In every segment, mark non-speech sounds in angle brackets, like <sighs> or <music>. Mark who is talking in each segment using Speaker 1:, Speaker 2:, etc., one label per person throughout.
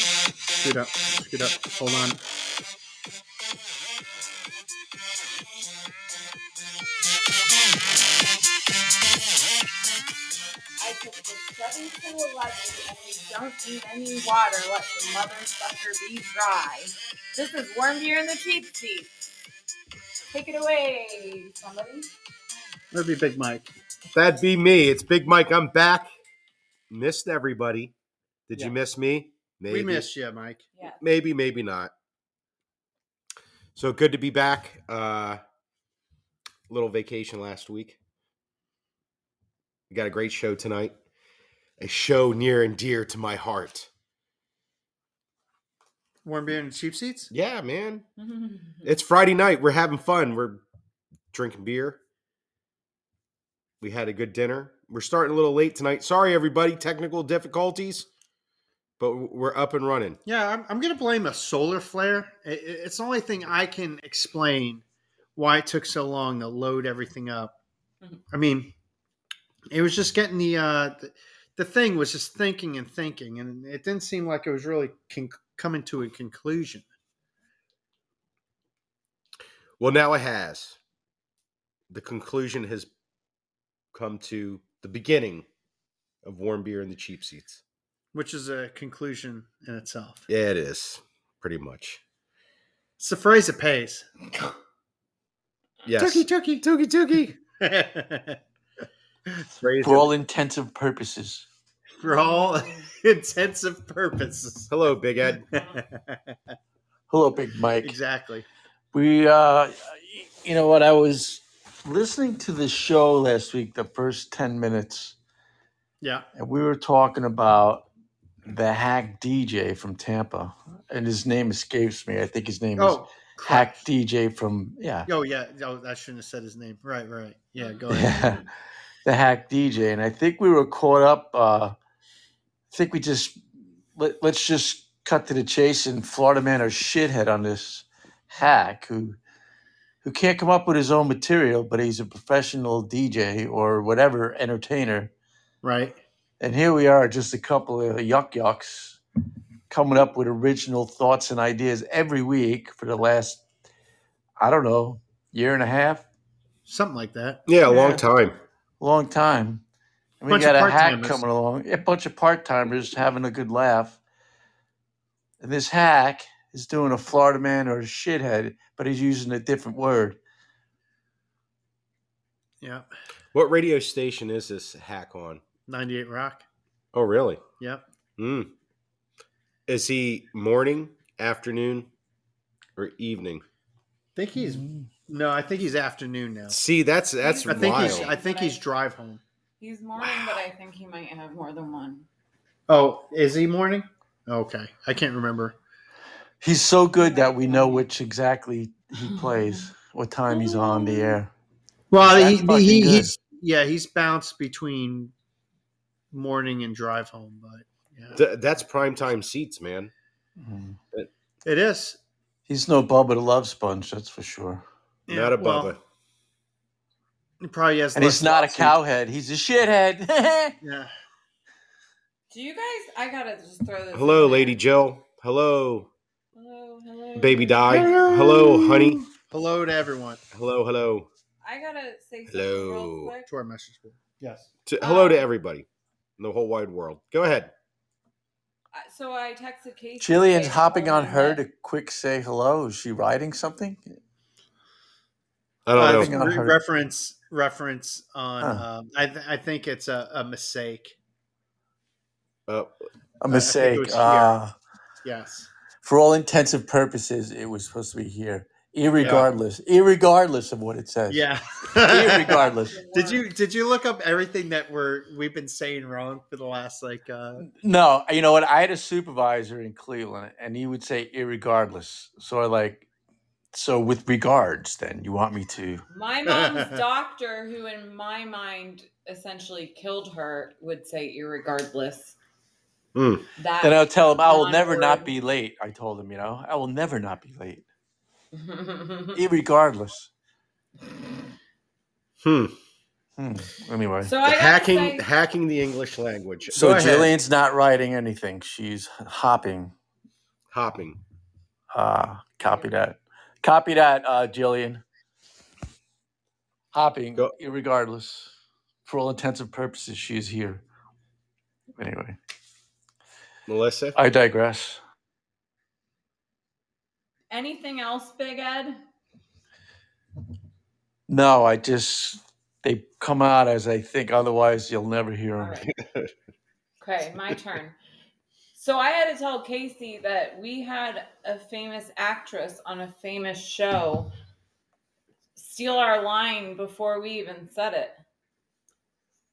Speaker 1: Scoot up. Scoot up. Hold on.
Speaker 2: I took the seven to eleven and we don't need any water. Let the motherfucker be dry. This is warm beer in the cheap seat. Take it away, somebody.
Speaker 1: That'd be Big Mike.
Speaker 3: That'd be me. It's Big Mike. I'm back. Missed everybody. Did
Speaker 1: Yeah.
Speaker 3: you miss me? Maybe.
Speaker 1: We missed you, Mike.
Speaker 2: <laughs> Yeah.
Speaker 3: Maybe, maybe not. So good to be back. Uh little vacation last week. We got a great show tonight. A show near and dear to my heart.
Speaker 1: Warm beer and cheap seats.
Speaker 3: Yeah, man. It's Friday night. We're having fun. We're drinking beer. We had a good dinner. We're starting a little late tonight. Sorry, everybody. Technical difficulties, but w- we're up and running.
Speaker 1: Yeah, I'm, I'm going to blame a solar flare. I- I- It's the only thing I can explain why it took so long to load everything up.
Speaker 2: Mhm.
Speaker 1: I mean, it was just getting the, uh, the the thing was just thinking and thinking, and it didn't seem like it was really con- coming to a conclusion.
Speaker 3: Well, now it has. The conclusion has come to the beginning of warm beer and the cheap seats.
Speaker 1: which is a conclusion in itself.
Speaker 3: Yeah, it is pretty much.
Speaker 1: It's the phrase that pays.
Speaker 3: Yes,
Speaker 1: turkey, turkey, turkey. <laughs>
Speaker 3: phrase
Speaker 4: For
Speaker 3: that-
Speaker 4: all intents and purposes.
Speaker 1: For all <laughs> intensive purposes. <laughs>
Speaker 3: Hello, Big Ed.
Speaker 4: Hello, Big Mike.
Speaker 1: exactly.
Speaker 4: We, uh, you know what? I was listening to the show last week, the first 10 minutes,
Speaker 1: Yeah.
Speaker 4: and we were talking about the hack DJ from Tampa, and his name escapes me. I think his name is
Speaker 1: Oh, crap.
Speaker 4: Hack DJ from, yeah.
Speaker 1: Oh, yeah. Oh, I shouldn't have said his name. Right, right. Yeah, go ahead.
Speaker 4: Yeah,
Speaker 1: <laughs>
Speaker 4: the hack DJ, and I think we were caught up. Uh, I think we just let, let's just cut to the chase. And Florida man or shithead on this hack who who can't come up with his own material, but he's a professional DJ or whatever entertainer.
Speaker 1: Right.
Speaker 4: And here we are, just a couple of yuck yucks coming up with original thoughts and ideas every week for the last I don't know year and a half,
Speaker 1: Something like that.
Speaker 3: Yeah, a long
Speaker 4: Yeah.
Speaker 3: time.
Speaker 4: long time. And we
Speaker 1: Bunch of
Speaker 4: got a hack
Speaker 1: part-timers.
Speaker 4: coming along, a bunch of part timers having a good laugh. And this hack is doing a Florida man or a shithead, but he's using a different word.
Speaker 1: Yeah.
Speaker 3: What radio station is this hack on?
Speaker 1: 98 Rock.
Speaker 3: Oh, really?
Speaker 1: Yep.
Speaker 3: Mm. Is he morning, afternoon, or evening?
Speaker 1: I think he's, no, I think he's afternoon now.
Speaker 3: See, that's that's
Speaker 1: I think he's,
Speaker 3: wild.
Speaker 1: I think he's drive home.
Speaker 2: He's morning, but I think he might have more than one.
Speaker 1: Oh, is he morning? Okay. I can't remember.
Speaker 4: He's so good that we know which exactly he plays, what time he's on the air.
Speaker 1: Well,
Speaker 4: That's
Speaker 1: he,
Speaker 4: fucking
Speaker 1: he,
Speaker 4: good.
Speaker 1: he's yeah, he's bounced between morning and drive home, but yeah,
Speaker 3: Th- that's prime time seats, man.
Speaker 4: Mm.
Speaker 1: it is
Speaker 4: He's no Bubba the Love Sponge, that's for sure.
Speaker 1: yeah,
Speaker 3: Not a
Speaker 1: well,
Speaker 3: Bubba.
Speaker 1: he probably has,
Speaker 4: And he's
Speaker 1: less
Speaker 4: not a
Speaker 1: lawsuits.
Speaker 4: cowhead, he's a shithead. <laughs>
Speaker 1: Yeah,
Speaker 2: Do you guys? I gotta just throw this.
Speaker 3: Hello,
Speaker 2: in there.
Speaker 3: Lady Jill. Hello,
Speaker 2: Hello, hello.
Speaker 3: Baby Di. Hello, honey.
Speaker 1: hello to everyone
Speaker 3: Hello, hello.
Speaker 2: I gotta say something
Speaker 3: Hello.
Speaker 2: real quick.
Speaker 1: to our message board. Yes,
Speaker 3: To, hello to
Speaker 2: Hi.
Speaker 3: everybody in the whole wide world. Go ahead.
Speaker 2: I- So I texted Casey.
Speaker 4: Jillian's
Speaker 2: today,
Speaker 4: hopping
Speaker 2: told
Speaker 4: on her
Speaker 2: <laughs> that-
Speaker 4: to quick say hello. Is she writing something?
Speaker 3: I don't
Speaker 1: Uh,
Speaker 3: know.
Speaker 4: think I
Speaker 1: re-
Speaker 4: heard-
Speaker 1: reference reference on.
Speaker 4: Huh.
Speaker 1: Um, I th- I think it's a, a mistake.
Speaker 3: Uh,
Speaker 4: A
Speaker 1: think it
Speaker 4: mistake.
Speaker 1: was here.
Speaker 4: Ah.
Speaker 1: Yes,
Speaker 4: for all intents and purposes, it was supposed to be here, irregardless, irregardless of what it says.
Speaker 1: yeah.
Speaker 4: irregardless.
Speaker 1: <laughs> Did you did you look up everything that we're we've been saying wrong for the last like uh
Speaker 4: No, you know what? I had a supervisor in Cleveland, and he would say irregardless. So I like, so with regards, then you want me to?
Speaker 2: My mom's doctor, who in my mind essentially killed her, would say irregardless.
Speaker 3: Mm.
Speaker 2: That
Speaker 4: Then I'll tell him I will
Speaker 2: Not
Speaker 4: never not
Speaker 2: word.
Speaker 4: be late. I told him, you know, I will never not be late, irregardless.
Speaker 3: hmm.
Speaker 4: Hmm. Anyway,
Speaker 2: <laughs>
Speaker 4: so,
Speaker 2: so I
Speaker 3: Hacking
Speaker 2: hacking. Say,
Speaker 3: hacking the English language.
Speaker 1: go ahead.
Speaker 4: Jillian's not writing anything; she's hopping.
Speaker 3: hopping.
Speaker 4: Ah, copy that. Copy that, uh, Jillian. Hopping,
Speaker 3: Go-
Speaker 4: regardless, for all intents and purposes, she is here. Anyway,
Speaker 3: Melissa,
Speaker 4: I digress.
Speaker 2: Anything else, Big Ed?
Speaker 4: No, I just they come out as I think. Otherwise, you'll never hear
Speaker 2: All
Speaker 4: them.
Speaker 2: right. Okay, my turn. So I had to tell Casey that we had a famous actress on a famous show steal our line before we even said it.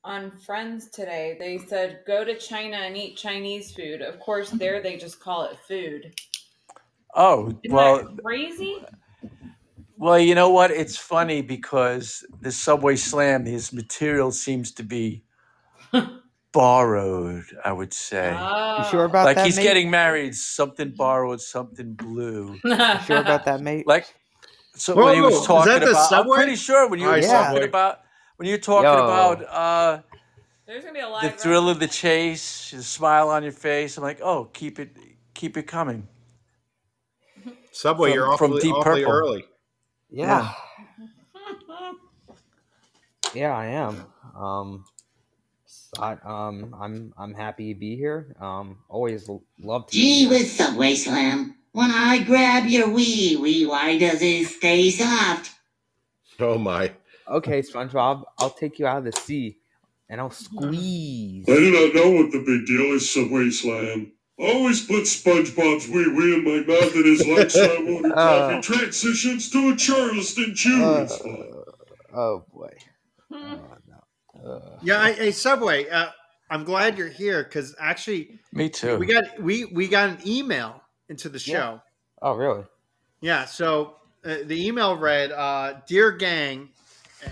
Speaker 2: On Friends today, they said, go to China and eat Chinese food. Of course, there they just call it food.
Speaker 4: Oh
Speaker 2: Isn't
Speaker 4: well,
Speaker 2: that crazy?
Speaker 4: well, you know what? It's funny because the Subway Slam, his material seems
Speaker 2: <laughs>
Speaker 4: to be borrowed. I would say,
Speaker 5: You
Speaker 2: Oh.
Speaker 5: sure about
Speaker 4: like
Speaker 5: that,
Speaker 4: he's
Speaker 5: mate?
Speaker 4: getting married, something borrowed, something blue.
Speaker 5: You sure
Speaker 4: <laughs>
Speaker 5: about that, mate?
Speaker 4: Like so
Speaker 1: Whoa,
Speaker 4: when he
Speaker 1: whoa,
Speaker 4: was
Speaker 1: is
Speaker 4: talking
Speaker 1: that the
Speaker 4: about, I'm
Speaker 1: Subway?
Speaker 4: pretty sure when you
Speaker 3: Hi,
Speaker 4: were
Speaker 5: Yeah.
Speaker 4: talking
Speaker 3: Subway.
Speaker 4: about when you're talking
Speaker 5: Yo.
Speaker 4: about uh,
Speaker 2: <laughs> There's going to be a live
Speaker 4: the
Speaker 2: <laughs>
Speaker 4: thrill of the chase, the smile on your face, I'm like, oh, keep it, keep it coming.
Speaker 3: Subway,
Speaker 4: From-
Speaker 3: you're
Speaker 4: from
Speaker 3: awfully,
Speaker 4: Deep
Speaker 3: awfully
Speaker 4: Purple.
Speaker 3: early.
Speaker 5: Yeah.
Speaker 4: Yeah.
Speaker 5: Yeah, I am. Um, s- I, um, I'm I'm happy to be here. Um, always l- love to. Be
Speaker 6: Gee
Speaker 5: here.
Speaker 6: whiz, Subway Slam. When I grab your wee wee, why does it stay soft?
Speaker 3: Oh my!
Speaker 5: Okay, SpongeBob, I'll take you out of the sea, and I'll
Speaker 7: <laughs>
Speaker 5: squeeze.
Speaker 7: I do not know what the big deal is, Subway Slam. I always put SpongeBob's wee wee in my mouth and his lifestyle water
Speaker 5: Uh.
Speaker 7: coffee transitions to a Charleston chew.
Speaker 5: Uh,
Speaker 7: It's fun.
Speaker 5: oh boy.
Speaker 2: Hmm.
Speaker 5: Oh, no. Uh,
Speaker 1: Yeah, I, hey, Subway. Uh, I'm glad you're here because actually
Speaker 4: Me too.
Speaker 1: we got we we got an email into the
Speaker 5: Yeah.
Speaker 1: show.
Speaker 5: oh really?
Speaker 1: Yeah. So uh, the email read, uh, "Dear gang, uh,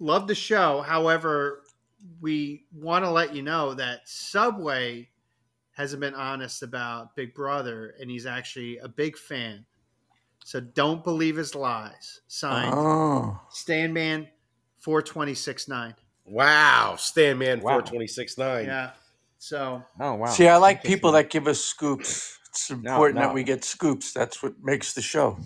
Speaker 1: love the show. However, we want to let you know that Subway hasn't been honest about Big Brother, and he's actually a big fan. So don't believe his lies." Signed,
Speaker 5: Uh-huh.
Speaker 4: oh,
Speaker 1: Standman, four twenty six nine.
Speaker 3: Wow, Stan Man
Speaker 5: Wow.
Speaker 3: four twenty six nine.
Speaker 1: Yeah. So
Speaker 5: Oh wow.
Speaker 4: see, I like people
Speaker 5: Interesting.
Speaker 4: that give us scoops. It's important that
Speaker 5: no.
Speaker 4: we get scoops. That's what makes the show.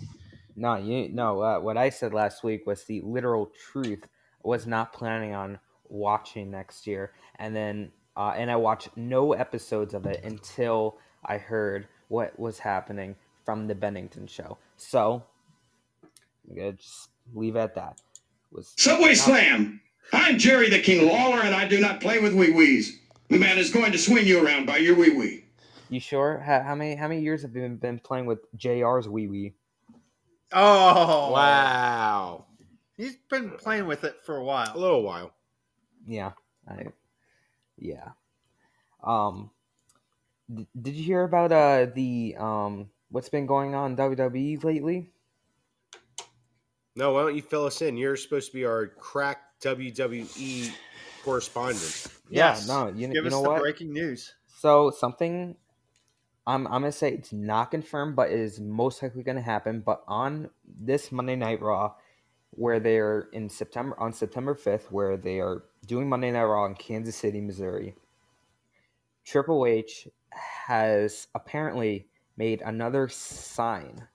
Speaker 5: No, you no. Uh, what I said last week was the literal truth. Was not planning on watching next year, and then uh, and I watched no episodes of it until I heard what was happening from the Bennington show. So I'm gonna just leave it at that. Was
Speaker 7: Subway
Speaker 5: not-
Speaker 7: Slam. I'm Jerry the King Lawler, and I do not play with wee wees. The man is going to swing you around by your wee wee.
Speaker 5: you sure? How, how many how many years have you been, been playing with Jr's wee wee?
Speaker 1: oh
Speaker 3: Wow,
Speaker 1: He's been playing with it for a
Speaker 3: a
Speaker 1: while.
Speaker 3: little while.
Speaker 5: Yeah, I, yeah. Um, d- did you hear about uh the um what's been going on in WWE lately?
Speaker 3: No, why don't you fill us in? You're supposed to be our crack WWE correspondent.
Speaker 1: Yes.
Speaker 5: Yeah, no, you,
Speaker 1: Give
Speaker 5: you
Speaker 1: us
Speaker 5: know
Speaker 1: the
Speaker 5: what?
Speaker 1: breaking news.
Speaker 5: So something I'm I'm gonna say it's not confirmed, but it is most likely gonna happen. But on this Monday Night Raw, where they're in September on September 5th, where they are doing Monday Night Raw in Kansas City, Missouri, Triple H has apparently made another sign,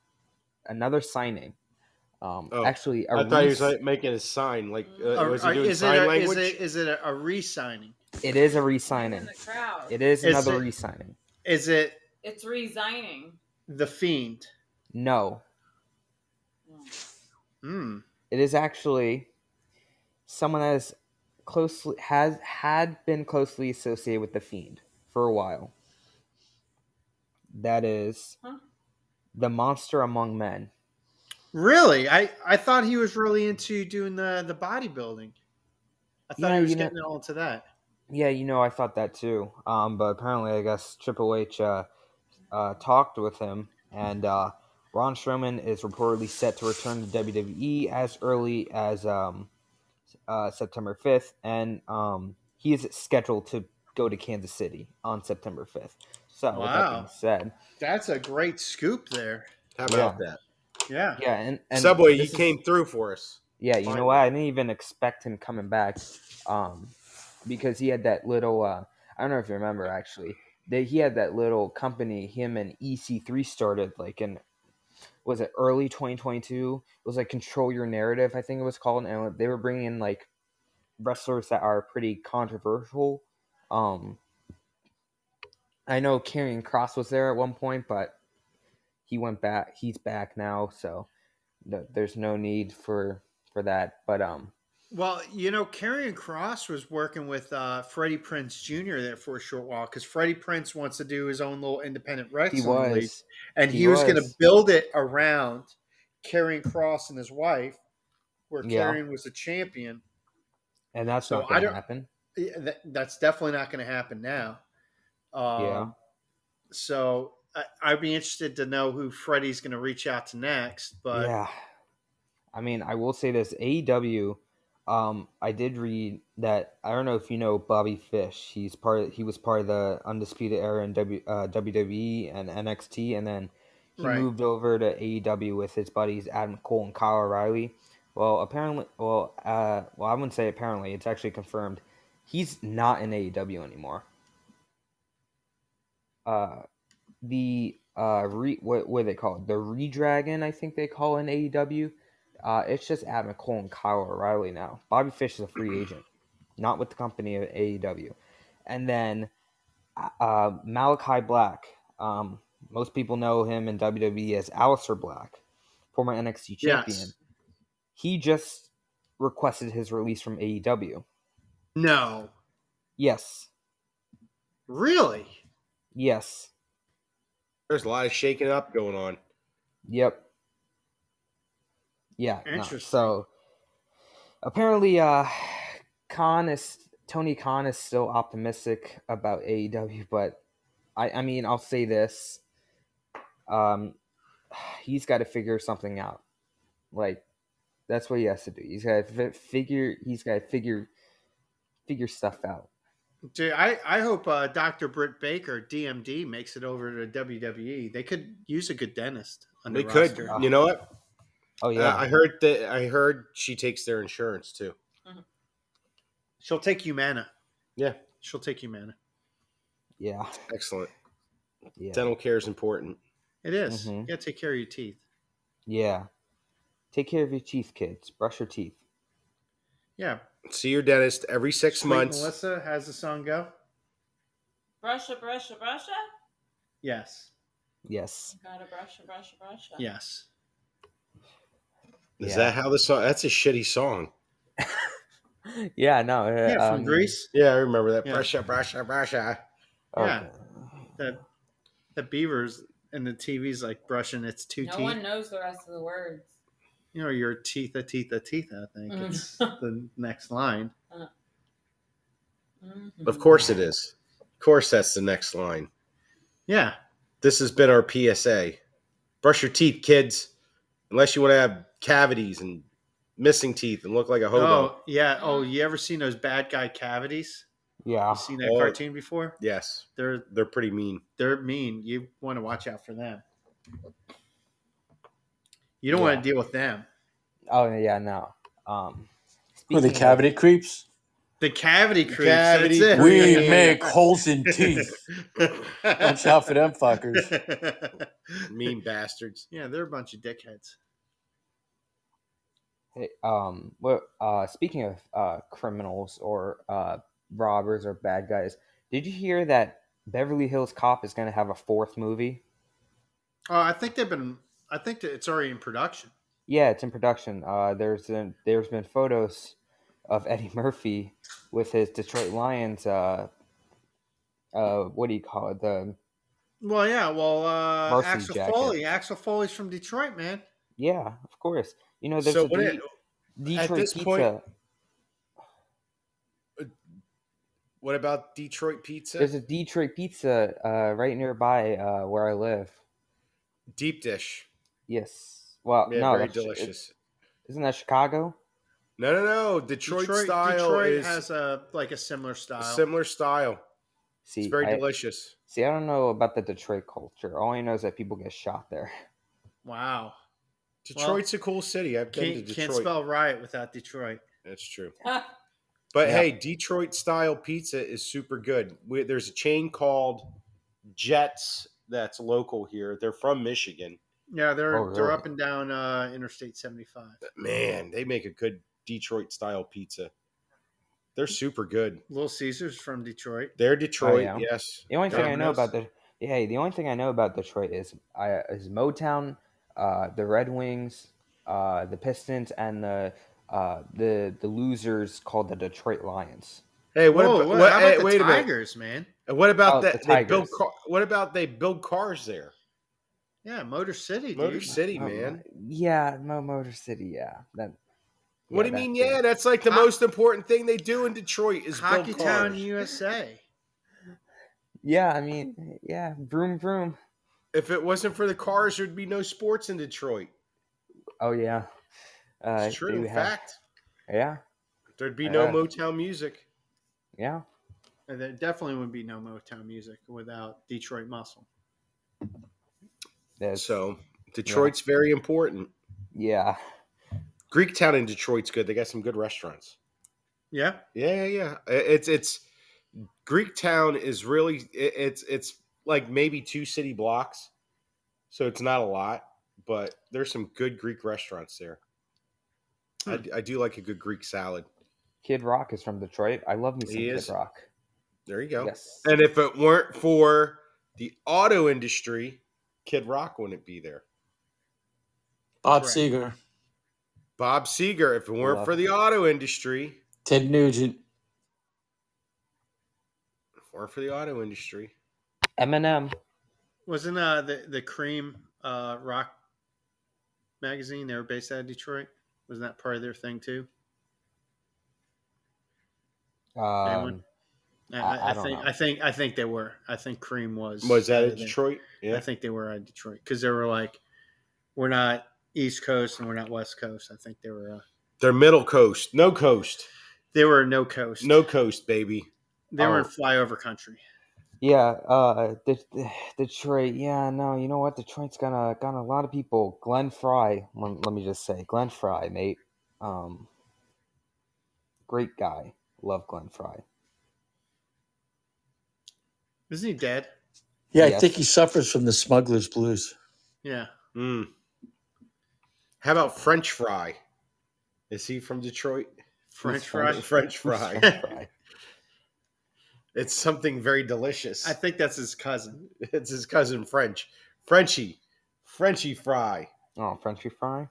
Speaker 5: another signing. Um,
Speaker 3: Oh,
Speaker 5: actually, a
Speaker 3: I thought he was
Speaker 5: re-
Speaker 3: like, making a sign. Like, uh,
Speaker 1: Or-
Speaker 3: was
Speaker 1: or
Speaker 3: he doing
Speaker 1: is, it
Speaker 3: sign
Speaker 1: a, is
Speaker 3: language?
Speaker 1: it is it a, a re-signing?
Speaker 5: it is a
Speaker 2: It's in
Speaker 5: re-signing.
Speaker 2: the crowd.
Speaker 5: It is
Speaker 1: Is
Speaker 5: another
Speaker 1: it-
Speaker 5: re-signing.
Speaker 1: Is it
Speaker 2: It's resigning.
Speaker 1: the fiend?
Speaker 5: No,
Speaker 1: Hmm.
Speaker 5: it is actually someone that is closely has had been closely associated with the fiend for a while. That is
Speaker 2: Huh?
Speaker 5: the monster among men.
Speaker 1: Really? I, I thought he was really into doing the, the bodybuilding. I thought
Speaker 5: Yeah,
Speaker 1: he was
Speaker 5: you know-
Speaker 1: getting all into that.
Speaker 5: Yeah, you know, I thought that too. Um, but apparently, I guess Triple H uh, uh, talked with him, and uh, Ron Strowman is reportedly set to return to WWE as early as um, uh, September 5th, and um, he is scheduled to go to Kansas City on September 5th. So, with that being
Speaker 1: Wow.
Speaker 5: said,
Speaker 1: That's a great scoop there.
Speaker 3: How about that?
Speaker 1: Yeah.
Speaker 5: yeah, and, and
Speaker 3: Subway, you
Speaker 5: this is-
Speaker 3: came through for us.
Speaker 5: Yeah, you know
Speaker 3: Finally.
Speaker 5: what? I didn't even expect him coming back, um, because he had that little. Uh, I don't know if you remember actually, they he had that little company him and EC3 started like in was it early 2022? It was like Control Your Narrative, I think it was called, and they were bringing in like wrestlers that are pretty controversial. Um, I know Karrion Cross was there at one point, but he went back. He's back now, so th- there's no need for for that. But um,
Speaker 1: Well, you know, Karrion Cross was working with uh, Freddie Prince Jr. there for a short while because Freddie Prince wants to do his own little independent
Speaker 5: he
Speaker 1: wrestling league,
Speaker 5: was
Speaker 1: and he,
Speaker 5: he
Speaker 1: was, going to
Speaker 5: was.
Speaker 1: build it around Karrion Cross and his wife, where
Speaker 5: Yeah.
Speaker 1: Karrion was a champion.
Speaker 5: and that's
Speaker 1: So
Speaker 5: not
Speaker 1: I
Speaker 5: going to
Speaker 1: don't-
Speaker 5: happen.
Speaker 1: Yeah, that- that's definitely not going to happen now. Um,
Speaker 5: Yeah.
Speaker 1: So I, I'd be interested to know who Freddie's going to reach out to next. But
Speaker 5: yeah. I mean, I will say this E AEW. Um, I did read that. I don't know if you know Bobby Fish. He's part. he was part of the Undisputed Era in w, uh, WWE and NXT, and then he
Speaker 1: Right.
Speaker 5: moved over to AEW with his buddies Adam Cole and Kyle O'Reilly. Well, apparently, well, uh, well, I wouldn't say apparently. It's actually confirmed. He's not in AEW anymore. Uh, the uh re what what are they called the redragon I think they call it in E AEW. Uh, it's just Adam Cole and Kyle O'Reilly now. Bobby Fish is a free agent, not with the company of AEW. And then uh, Malachi Black. Um, most people know him in WWE as Alistair Black, former NXT
Speaker 1: Yes.
Speaker 5: champion. He just requested his release from AEW.
Speaker 1: no,
Speaker 5: Yes,
Speaker 1: really,
Speaker 5: yes,
Speaker 3: There's a lot of shaking up going on.
Speaker 5: Yep. Yeah. no.
Speaker 1: Interesting.
Speaker 5: So apparently, uh, Khan is Tony Khan is still optimistic about AEW, but I, I mean, I'll say this: um, he's got to figure something out. Like that's what he has to do. He's got to f- figure. He's got to figure figure stuff out.
Speaker 1: dude. I I hope uh, Doctor Britt Baker DMD makes it over to WWE. They could use a good dentist. On
Speaker 3: They
Speaker 1: the
Speaker 3: could,
Speaker 1: roster.
Speaker 3: you know what?
Speaker 5: Oh
Speaker 3: Uh,
Speaker 5: yeah.
Speaker 3: I heard that. I heard she takes their insurance too.
Speaker 1: She'll take Humana.
Speaker 3: Yeah.
Speaker 1: she'll take Humana.
Speaker 5: yeah.
Speaker 3: Excellent.
Speaker 5: Yeah.
Speaker 3: Dental care is important.
Speaker 1: It is.
Speaker 3: Mm-hmm.
Speaker 5: Mhm.
Speaker 1: You gotta take care of your teeth.
Speaker 5: Yeah. Take care of your teeth, kids. Brush your teeth.
Speaker 1: Yeah.
Speaker 3: See your dentist every six
Speaker 1: Sweet
Speaker 3: months.
Speaker 1: Melissa, how's the song go?
Speaker 2: Brusha, brusha, brusha.
Speaker 1: Yes.
Speaker 5: Yes.
Speaker 2: Gotta brusha, brusha, brusha.
Speaker 1: Yes.
Speaker 3: Is
Speaker 5: Yeah.
Speaker 3: that how the song? That's a shitty song.
Speaker 5: Yeah, no. uh,
Speaker 1: Yeah, from
Speaker 5: um,
Speaker 1: Greece.
Speaker 3: Yeah, I remember that.
Speaker 1: Yeah.
Speaker 3: Brusha, brusha, brusha.
Speaker 1: Yeah.
Speaker 5: okay.
Speaker 1: That the beavers and the TV's like brushing its two
Speaker 2: No
Speaker 1: teeth.
Speaker 2: one knows the rest of the words.
Speaker 1: You know, your teeth a teeth a teeth, I think.
Speaker 2: Mm. <laughs>
Speaker 1: It's the next line.
Speaker 2: Mm-hmm. <laughs>
Speaker 3: Of course it is. Of course, that's the next line.
Speaker 1: Yeah.
Speaker 3: This has been our PSA. Brush your teeth, kids. Unless you want to have cavities and missing teeth and look like a hobo.
Speaker 1: Oh yeah. Oh, you ever seen those bad guy cavities?
Speaker 5: Yeah.
Speaker 1: You seen that
Speaker 3: Oh.
Speaker 1: cartoon before?
Speaker 3: Yes,
Speaker 1: They're
Speaker 3: they're pretty mean.
Speaker 1: they're mean. You want to watch out for them. You don't want
Speaker 5: Yeah.
Speaker 1: to deal with them.
Speaker 5: Oh yeah, no. Um,
Speaker 4: With the
Speaker 5: speaking of-
Speaker 4: cavity creeps,
Speaker 1: The cavity creeps.
Speaker 3: Cavity
Speaker 1: that's it.
Speaker 4: we make holes in <laughs> teeth.
Speaker 1: <laughs>
Speaker 4: Watch out for them fuckers.
Speaker 3: Mean bastards.
Speaker 1: yeah, they're a bunch of dickheads.
Speaker 5: hey, um, well, uh, speaking of uh, criminals or uh, robbers or bad guys, did you hear that Beverly Hills Cop is going to have a fourth movie?
Speaker 1: Oh, I think they've been. I think that it's already in production.
Speaker 5: Yeah, it's in production. Uh, there's been, there's been photos of Eddie <laughs> Murphy with his Detroit Lions. Uh, uh, what do you call it? The
Speaker 1: Well, yeah. Well, uh,
Speaker 5: Varsity
Speaker 1: Axel
Speaker 5: Jacket.
Speaker 1: Foley. Axel Foley's from Detroit, man.
Speaker 5: yeah, of course. You know, there's
Speaker 3: so
Speaker 5: a
Speaker 3: what?
Speaker 5: De-
Speaker 3: it-
Speaker 5: Detroit
Speaker 3: this
Speaker 5: Pizza.
Speaker 3: point, what about Detroit pizza?
Speaker 5: There's a Detroit pizza uh, right nearby uh, where I live.
Speaker 3: Deep dish.
Speaker 5: Yes. Well,
Speaker 3: Yeah,
Speaker 5: no,
Speaker 3: very
Speaker 5: that's- it-
Speaker 3: delicious.
Speaker 5: Isn't that Chicago?
Speaker 3: No, no, no. Detroit, style
Speaker 1: Detroit
Speaker 3: is
Speaker 1: has a like a similar
Speaker 3: a
Speaker 1: style.
Speaker 3: similar style.
Speaker 5: See,
Speaker 3: It's very
Speaker 5: I,
Speaker 3: delicious.
Speaker 5: see, I don't know about the Detroit culture. All I know is that people get shot there. <laughs>
Speaker 1: wow.
Speaker 3: Detroit's a cool city. I've been to
Speaker 1: Can't,
Speaker 3: Detroit.
Speaker 1: can't spell riot without Detroit.
Speaker 3: That's true.
Speaker 2: Huh.
Speaker 3: But
Speaker 5: Yeah.
Speaker 3: hey, Detroit style pizza is super good. We, there's a chain called Jets that's local here. They're from Michigan.
Speaker 1: Yeah, they're
Speaker 5: Oh,
Speaker 1: they're
Speaker 5: really?
Speaker 1: up and down uh, Interstate 75.
Speaker 3: Man, they make a good Detroit style pizza. They're super good.
Speaker 1: Little Caesars from Detroit.
Speaker 3: They're Detroit,
Speaker 5: yeah.
Speaker 3: yes.
Speaker 5: The only thing I know
Speaker 1: Domino's.
Speaker 5: about the hey, the only thing I know about Detroit is I is Motown, uh, the Red Wings, uh, the Pistons, and the uh, the the losers called the Detroit Lions.
Speaker 3: Hey, what?
Speaker 1: Whoa,
Speaker 3: about,
Speaker 1: what,
Speaker 3: what-
Speaker 1: how
Speaker 3: hey,
Speaker 1: about
Speaker 3: wait
Speaker 1: the
Speaker 3: a minute.
Speaker 1: Tigers, man?
Speaker 3: What about
Speaker 5: Oh, the
Speaker 3: that? they build
Speaker 5: Tigers.
Speaker 3: car, what about they build cars there?
Speaker 1: Yeah, Motor City,
Speaker 3: Motor
Speaker 1: dude. oh
Speaker 3: City,
Speaker 5: Um,
Speaker 3: man.
Speaker 5: Yeah, Mo Motor City. Yeah. That,
Speaker 3: what do
Speaker 5: yeah,
Speaker 3: you mean?
Speaker 5: that's it.
Speaker 3: Yeah, that's like the
Speaker 1: Ho-
Speaker 3: most important thing they do in Detroit is
Speaker 1: Hockey
Speaker 3: build cars.
Speaker 1: Town, USA.
Speaker 5: Yeah, I mean, eh, yeah, vroom vroom.
Speaker 3: If it wasn't for the cars, there'd be no sports in Detroit.
Speaker 5: Oh yeah. Uh,
Speaker 3: It's true.
Speaker 5: they
Speaker 3: In
Speaker 5: have-
Speaker 3: fact,
Speaker 5: Yeah,
Speaker 3: there'd be no
Speaker 5: Yeah.
Speaker 3: Motown music.
Speaker 5: yeah.
Speaker 1: And there definitely would be no Motown music without Detroit Muscle.
Speaker 5: That's,
Speaker 3: So Detroit's very important.
Speaker 5: yeah.
Speaker 3: Greek Town in Detroit's good. They got some good restaurants.
Speaker 1: Yeah,
Speaker 3: Yeah, yeah, yeah. I- It's it's Greek Town is really i- it's it's like maybe two city blocks, so it's not a lot, but there's some good Greek restaurants there. I,
Speaker 5: Hmm.
Speaker 3: d- I do like a good Greek salad.
Speaker 5: Kid Rock is from Detroit. I love me some
Speaker 3: He
Speaker 5: Kid
Speaker 3: is.
Speaker 5: Rock.
Speaker 3: There you go.
Speaker 5: Yes.
Speaker 3: And if it weren't for the auto industry, Kid Rock wouldn't be there.
Speaker 4: Bob
Speaker 1: Correct.
Speaker 4: Seger,
Speaker 3: Bob Seger, if it weren't
Speaker 5: Love
Speaker 3: for the auto industry,
Speaker 4: Ted Nugent.
Speaker 3: if it weren't for the auto industry,
Speaker 5: Eminem.
Speaker 1: wasn't uh, the the Cream uh, rock magazine? They were based out of Detroit. Wasn't that part of their thing too?
Speaker 5: Um,
Speaker 1: I,
Speaker 5: I-
Speaker 1: I,
Speaker 5: I
Speaker 1: I
Speaker 5: don't
Speaker 1: think
Speaker 5: know.
Speaker 1: I think I think they were. I think Cream was
Speaker 3: was that
Speaker 1: out
Speaker 3: in
Speaker 1: of there.
Speaker 3: Detroit? Yeah.
Speaker 1: I think they were out of Detroit because they were like, we're not East Coast and we're not West Coast. I think they were uh,
Speaker 3: They're middle coast, no coast,
Speaker 1: they were no coast.
Speaker 3: no coast, baby.
Speaker 1: they were in
Speaker 5: Oh.
Speaker 1: flyover country.
Speaker 5: yeah. Uh, De- De- Detroit. Yeah. No. You know what? Detroit's got a got a lot of people. Glenn Fry. Let, let me just say, Glenn Fry, mate. Um, great guy. Love Glenn Fry.
Speaker 1: Isn't he dead?
Speaker 4: Yeah, I
Speaker 5: Yes.
Speaker 4: think he suffers from the smuggler's blues.
Speaker 1: Yeah.
Speaker 3: Mm. How about French fry? Is he from Detroit?
Speaker 1: French
Speaker 5: French.
Speaker 1: fry.
Speaker 3: French fry. <laughs>
Speaker 5: Glenn Fry.
Speaker 3: it's something very delicious.
Speaker 1: I think that's his cousin.
Speaker 3: <laughs> It's his cousin French. Frenchie. Frenchy fry.
Speaker 5: Oh, Frenchy Fry.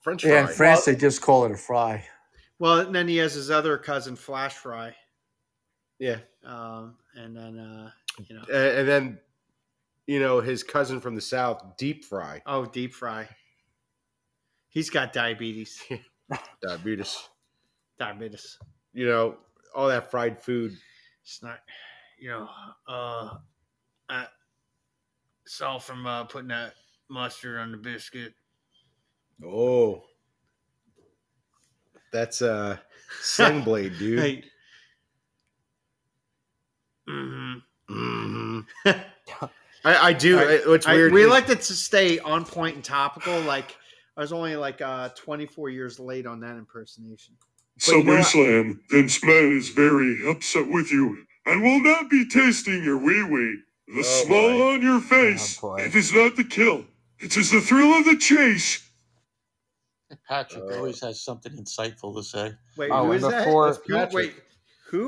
Speaker 3: French fry.
Speaker 4: Yeah, in France they just call it a fry.
Speaker 1: Well, and then he has his other cousin, Flash Fry.
Speaker 3: yeah.
Speaker 1: Um, and then, uh, you know,
Speaker 3: A- And then, you know, his cousin from the South, deep fry.
Speaker 1: oh, Deep Fry. He's got diabetes.
Speaker 3: Diabetes.
Speaker 1: Diabetes.
Speaker 3: You know, all that fried food.
Speaker 1: It's not, you know, uh, I saw from uh, putting that mustard on the biscuit.
Speaker 3: Oh. That's uh
Speaker 1: <laughs>
Speaker 3: sling blade, dude.
Speaker 1: Hey. Mm-hmm.
Speaker 3: hmm I, I do.
Speaker 1: I-
Speaker 3: I- what's
Speaker 1: I-
Speaker 3: weird?
Speaker 1: we
Speaker 3: is-
Speaker 1: like to s- stay on point and topical. Like I was only like uh, 24 years late on that impersonation.
Speaker 3: you know
Speaker 7: Subway
Speaker 3: what?
Speaker 7: Slam, this man is very upset with you and will not be tasting your wee wee. The
Speaker 3: Oh,
Speaker 7: small
Speaker 3: boy.
Speaker 7: on your face,
Speaker 5: boy.
Speaker 7: it is not the kill, it is the thrill of the chase.
Speaker 4: Patrick
Speaker 3: Uh,
Speaker 4: always has something insightful to say.
Speaker 1: Wait,
Speaker 5: Oh,
Speaker 1: who
Speaker 5: and
Speaker 1: is that?
Speaker 5: before-
Speaker 1: That's Patrick. Who, wait,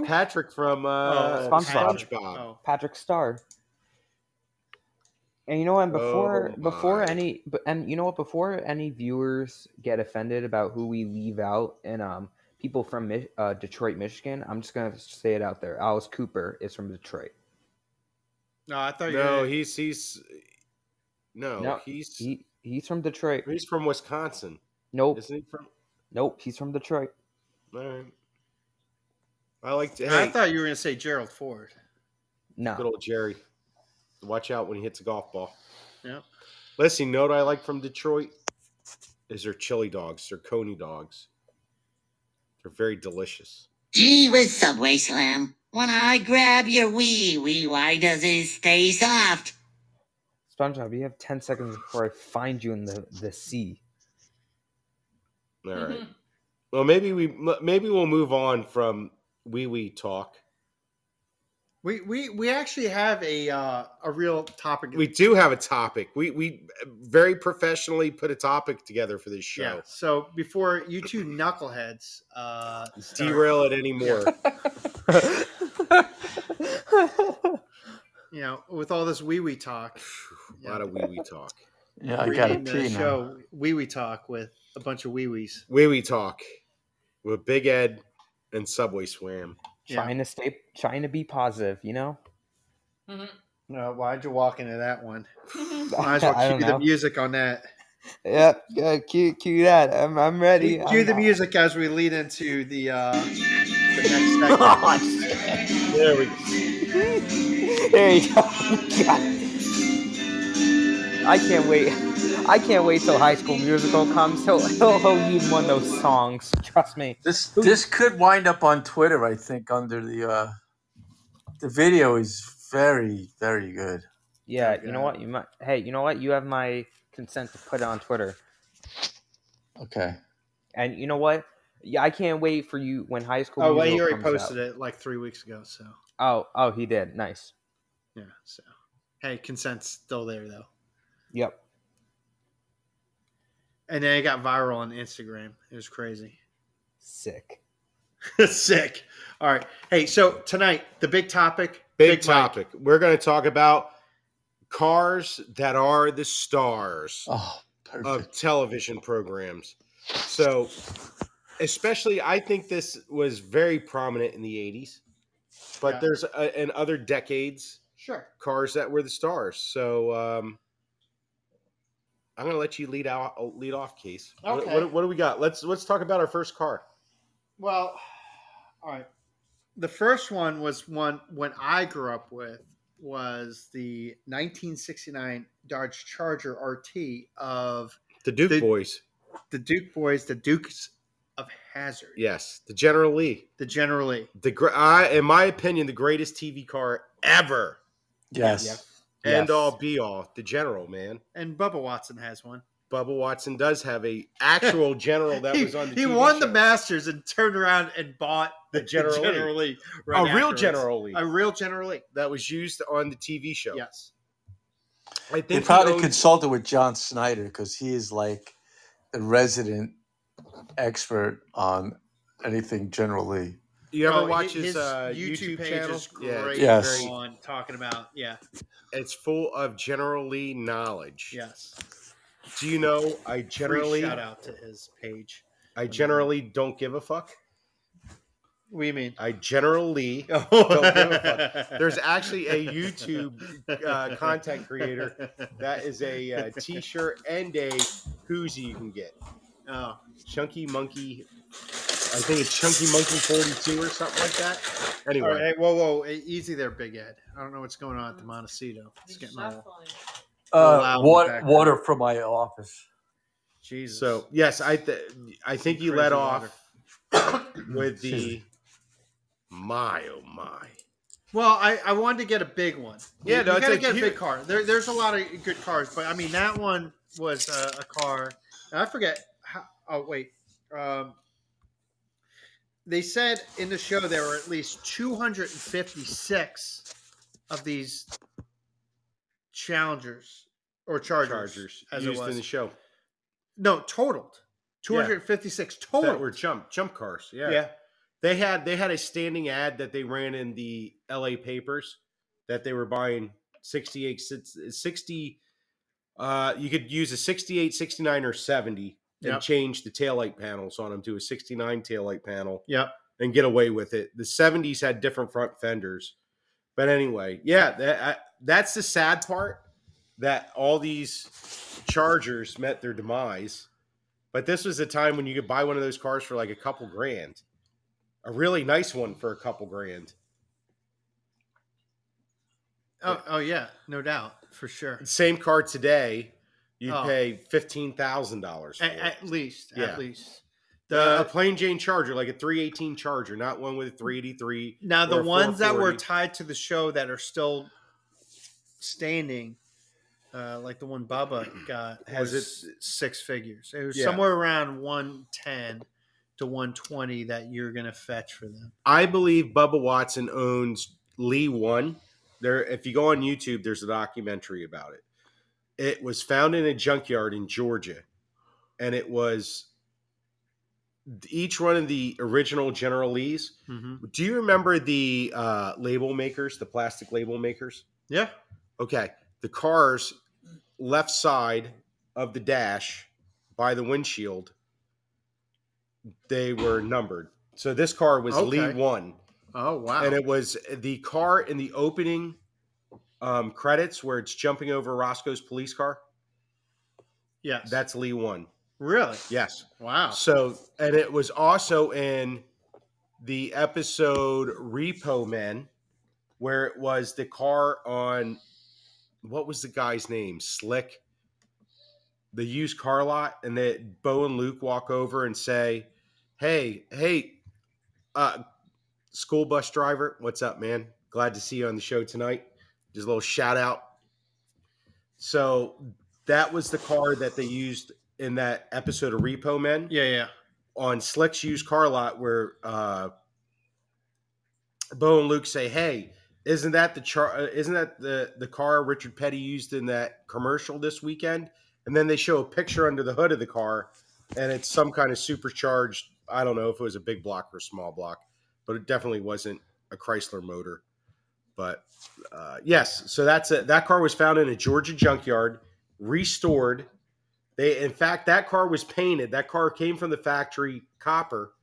Speaker 1: who?
Speaker 3: Patrick from uh,
Speaker 1: Oh,
Speaker 5: SpongeBob.
Speaker 3: SpongeBob.
Speaker 1: Oh,
Speaker 5: Patrick Starr. And you know, and before
Speaker 3: Oh
Speaker 5: before
Speaker 3: my.
Speaker 5: any but and you know what, before any viewers get offended about who we leave out and um people from Mi- uh, Detroit, Michigan, I'm just gonna say it out there. Alice Cooper is from Detroit.
Speaker 1: no, I thought you.
Speaker 3: No,
Speaker 1: were-
Speaker 3: he's he's no,
Speaker 5: No,
Speaker 3: he's
Speaker 5: He he's from Detroit.
Speaker 3: he's from Wisconsin,
Speaker 5: Nope,
Speaker 3: isn't he? From
Speaker 5: nope, he's from Detroit.
Speaker 3: all right. I like to.
Speaker 1: I
Speaker 3: Hey,
Speaker 1: thought you were going to say Gerald Ford.
Speaker 3: good
Speaker 5: No,
Speaker 3: old Jerry. Watch out when he hits a golf ball.
Speaker 1: Yeah.
Speaker 3: Listen, you know what I like from Detroit is their chili dogs, their coney dogs. They're very delicious.
Speaker 6: Gee whiz, Subway Slam. When I grab your wee wee, why does it stay soft?
Speaker 5: SpongeBob, you have ten seconds before I find you in the
Speaker 3: <laughs>
Speaker 5: the sea.
Speaker 3: All right. Well, maybe we maybe we'll move on from wee wee talk
Speaker 1: We we we actually have a uh, a real topic.
Speaker 3: We do have a topic. We we very professionally put a topic together for this
Speaker 1: yeah.
Speaker 3: show.
Speaker 1: So before you two knuckleheads, uh, start-
Speaker 3: Derail it anymore.
Speaker 1: you know, with all this wee wee talk,
Speaker 3: a lot of wee wee talk.
Speaker 4: Yeah, I got to
Speaker 1: rename the
Speaker 4: pee now.
Speaker 1: show wee wee talk with a bunch of wee wees.
Speaker 3: Wee wee talk with Big Ed and Subway Swam.
Speaker 1: Yeah.
Speaker 5: Trying to stay, trying to be positive, you know.
Speaker 1: Uh, why'd you walk into that one?
Speaker 2: Mhm.
Speaker 1: Might as
Speaker 5: <laughs> I
Speaker 1: well
Speaker 5: don't
Speaker 1: cue the
Speaker 5: know.
Speaker 1: music on that.
Speaker 5: Yep, yeah, cue, cue that. I'm, I'm ready.
Speaker 1: Cue
Speaker 5: I'm-
Speaker 1: the music as we lead into the uh, the
Speaker 5: <laughs>
Speaker 1: next
Speaker 5: Oh,
Speaker 1: segment.
Speaker 3: There we go.
Speaker 5: <laughs> There you go. God. I can't wait. I can't wait till High School Musical comes. He'll, he'll, he'll need one of those songs. Trust me.
Speaker 4: This this could wind up on Twitter, I think, under the uh, the video is very very good.
Speaker 5: Yeah,
Speaker 1: Very
Speaker 5: you know
Speaker 1: good.
Speaker 5: what? You might. Hey, you know what? You have my consent to put it on Twitter.
Speaker 4: Okay.
Speaker 5: And you know what? Yeah, I can't wait for you when High School
Speaker 1: Oh, well,
Speaker 5: Musical
Speaker 1: he already
Speaker 5: comes out.
Speaker 1: posted it like three weeks ago. So
Speaker 5: Oh, oh, he did. Nice.
Speaker 1: yeah. So hey, consent's still there though.
Speaker 5: Yep.
Speaker 1: And then it got viral on Instagram. It was crazy.
Speaker 5: Sick.
Speaker 1: <laughs> Sick. All right. Hey, so tonight the big topic.
Speaker 3: Big,
Speaker 1: Mike.
Speaker 3: topic. We're going to talk about cars that are the stars
Speaker 4: Oh, perfect.
Speaker 3: of television programs. So, especially, I think this was very prominent in the 80s, but
Speaker 1: Yeah.
Speaker 3: there's a, in other decades,
Speaker 1: Sure.
Speaker 3: cars that were the stars. So, um, I'm going to let you lead out, lead off, Case. What-
Speaker 1: Okay.
Speaker 3: What, what, do we got? Let's let's talk about our first car.
Speaker 1: Well, all right. The first one was one when I grew up with was the 1969 Dodge Charger RT of
Speaker 3: The Duke
Speaker 1: The-
Speaker 3: Boys.
Speaker 1: the Duke boys, the Dukes of Hazard,
Speaker 3: Yes, the General Lee.
Speaker 1: the General Lee.
Speaker 3: The gr- I, in my opinion, the greatest TV car ever.
Speaker 4: yes.
Speaker 5: Yep.
Speaker 3: end
Speaker 5: Yes.
Speaker 3: all be all the general man
Speaker 1: And Bubba Watson has one.
Speaker 3: bubba watson does have a
Speaker 1: <laughs>
Speaker 3: actual general Oh, that
Speaker 1: he,
Speaker 3: was on the
Speaker 1: he
Speaker 3: TV
Speaker 1: won the
Speaker 3: show.
Speaker 1: Masters and turned around and bought
Speaker 3: The General Lee.
Speaker 1: Lee.
Speaker 3: a
Speaker 1: right
Speaker 3: real
Speaker 1: afterwards.
Speaker 3: general Lee
Speaker 1: A real General Lee.
Speaker 3: that was used on the tv show
Speaker 1: Yes.
Speaker 3: i think
Speaker 4: They
Speaker 3: he
Speaker 4: probably
Speaker 3: owned-
Speaker 4: consulted with John Snyder because he is like the resident expert on anything generally.
Speaker 3: you ever
Speaker 1: Oh, hi-
Speaker 3: watch his, uh,
Speaker 1: YouTube, page
Speaker 3: channel
Speaker 1: is
Speaker 3: Yeah,
Speaker 1: great
Speaker 3: it's
Speaker 4: Yes.
Speaker 3: very-
Speaker 1: on talking about yeah,
Speaker 3: it's full of general lee knowledge
Speaker 1: yes.
Speaker 3: do you know i
Speaker 1: Generally,
Speaker 3: generally
Speaker 1: shout out to his page.
Speaker 3: i generally don't give a fuck
Speaker 1: What do you <laughs> mean? <laughs>
Speaker 3: i generally
Speaker 1: Oh. Don't
Speaker 3: give a There's
Speaker 1: <laughs>
Speaker 3: actually a YouTube, uh, content creator that is a uh, t-shirt and a koozie you can get
Speaker 1: <laughs> Oh,
Speaker 3: Chunky Monkey. I think it's Chunky Monkey 42 or something like that. Anyway,
Speaker 1: all right. Hey, whoa, whoa, e- easy there, Big Ed. I don't know what's going on at the Montecito. It's getting all
Speaker 2: Shuffling.
Speaker 4: Uh,
Speaker 1: loud in the
Speaker 4: water,
Speaker 1: background.
Speaker 4: water from my office.
Speaker 1: Jesus.
Speaker 3: so yes, I th- I think you let
Speaker 1: Crazy
Speaker 3: off
Speaker 1: <clears throat>
Speaker 3: with
Speaker 4: Excuse
Speaker 3: the my oh my.
Speaker 1: Well, I, I wanted to get a big one.
Speaker 3: Yeah,
Speaker 1: you,
Speaker 3: no,
Speaker 1: you
Speaker 3: it's
Speaker 1: gotta
Speaker 3: a
Speaker 1: get a
Speaker 3: huge-
Speaker 1: big car. There, there's a lot of good cars, but I mean that one was a, a car. And I forget. How, oh wait, um, they said in the show there were at least 256 of these Challengers or Chargers,
Speaker 3: Chargers
Speaker 1: as
Speaker 3: used
Speaker 1: it was.
Speaker 3: in the show
Speaker 1: no, totaled 256 total.
Speaker 3: that were jump jump cars. Yeah.
Speaker 1: yeah,
Speaker 3: they had they had a standing ad that they ran in the L.A. papers that they were buying 68 60 uh you could use a 68 69 or 70 and
Speaker 1: Yep.
Speaker 3: change the taillight panels on them to a 69 taillight panel
Speaker 1: Yep.
Speaker 3: and get away with it the 70s had different front fenders but anyway yeah that, I, that's the sad part that all these chargers met their demise but this was a time when you could buy one of those cars for like a couple grand a really nice one for a couple grand
Speaker 1: Oh, oh yeah, no doubt for sure.
Speaker 3: same car today, you
Speaker 1: Oh.
Speaker 3: pay fifteen thousand dollars.
Speaker 1: At, at least, uh,
Speaker 3: Yeah.
Speaker 1: at least.
Speaker 3: The a plain Jane Charger, like a three eighteen Charger, not one with a three eighty three.
Speaker 1: Now the
Speaker 3: or a
Speaker 1: ones that were
Speaker 3: 440.
Speaker 1: tied to the show that are still standing, uh, like the one Bubba got,
Speaker 3: Has
Speaker 1: has
Speaker 3: it-
Speaker 1: it six figures. It was
Speaker 3: Yeah.
Speaker 1: somewhere around one ten to one twenty that you're gonna fetch for them.
Speaker 3: I believe Bubba Watson owns Lee won. There, if you go on YouTube, there's a documentary about it. It was found in a junkyard in Georgia, and it was each one of the original General Lees.
Speaker 1: hmm
Speaker 3: Do you remember the uh, label makers, the plastic label makers?
Speaker 1: Yeah.
Speaker 3: Okay, the car's left side of the dash by the windshield, they were numbered. So this car was Lee
Speaker 1: Okay.
Speaker 3: one,
Speaker 1: Oh wow.
Speaker 3: and it was the car in the opening um, credits where it's jumping over Roscoe's police car.
Speaker 1: yes.
Speaker 3: That's Lee one.
Speaker 1: really
Speaker 3: Yes.
Speaker 1: wow.
Speaker 3: So, and it was also in the episode Repo Men, where it was the car on what was the guy's name? Slick, the used car lot, and that Bo and Luke walk over and say, "Hey, hey, uh, school bus driver, what's up, man? Glad to see you on the show tonight. Just a little shout out." So that was the car that they used in that episode of Repo Men
Speaker 1: Yeah, yeah.
Speaker 3: on Slick's used car lot where uh, Bo and Luke say, "Hey, isn't that the char- uh, isn't that the the car Richard Petty used in that commercial this weekend?" And then they show a picture under the hood of the car, and it's some kind of supercharged. I don't know if it was a big block or a small block, but it definitely wasn't a Chrysler motor. But uh, yes, so that's it. That car was found in a Georgia junkyard, restored, they, in fact, that car was painted. That car came from the factory copper,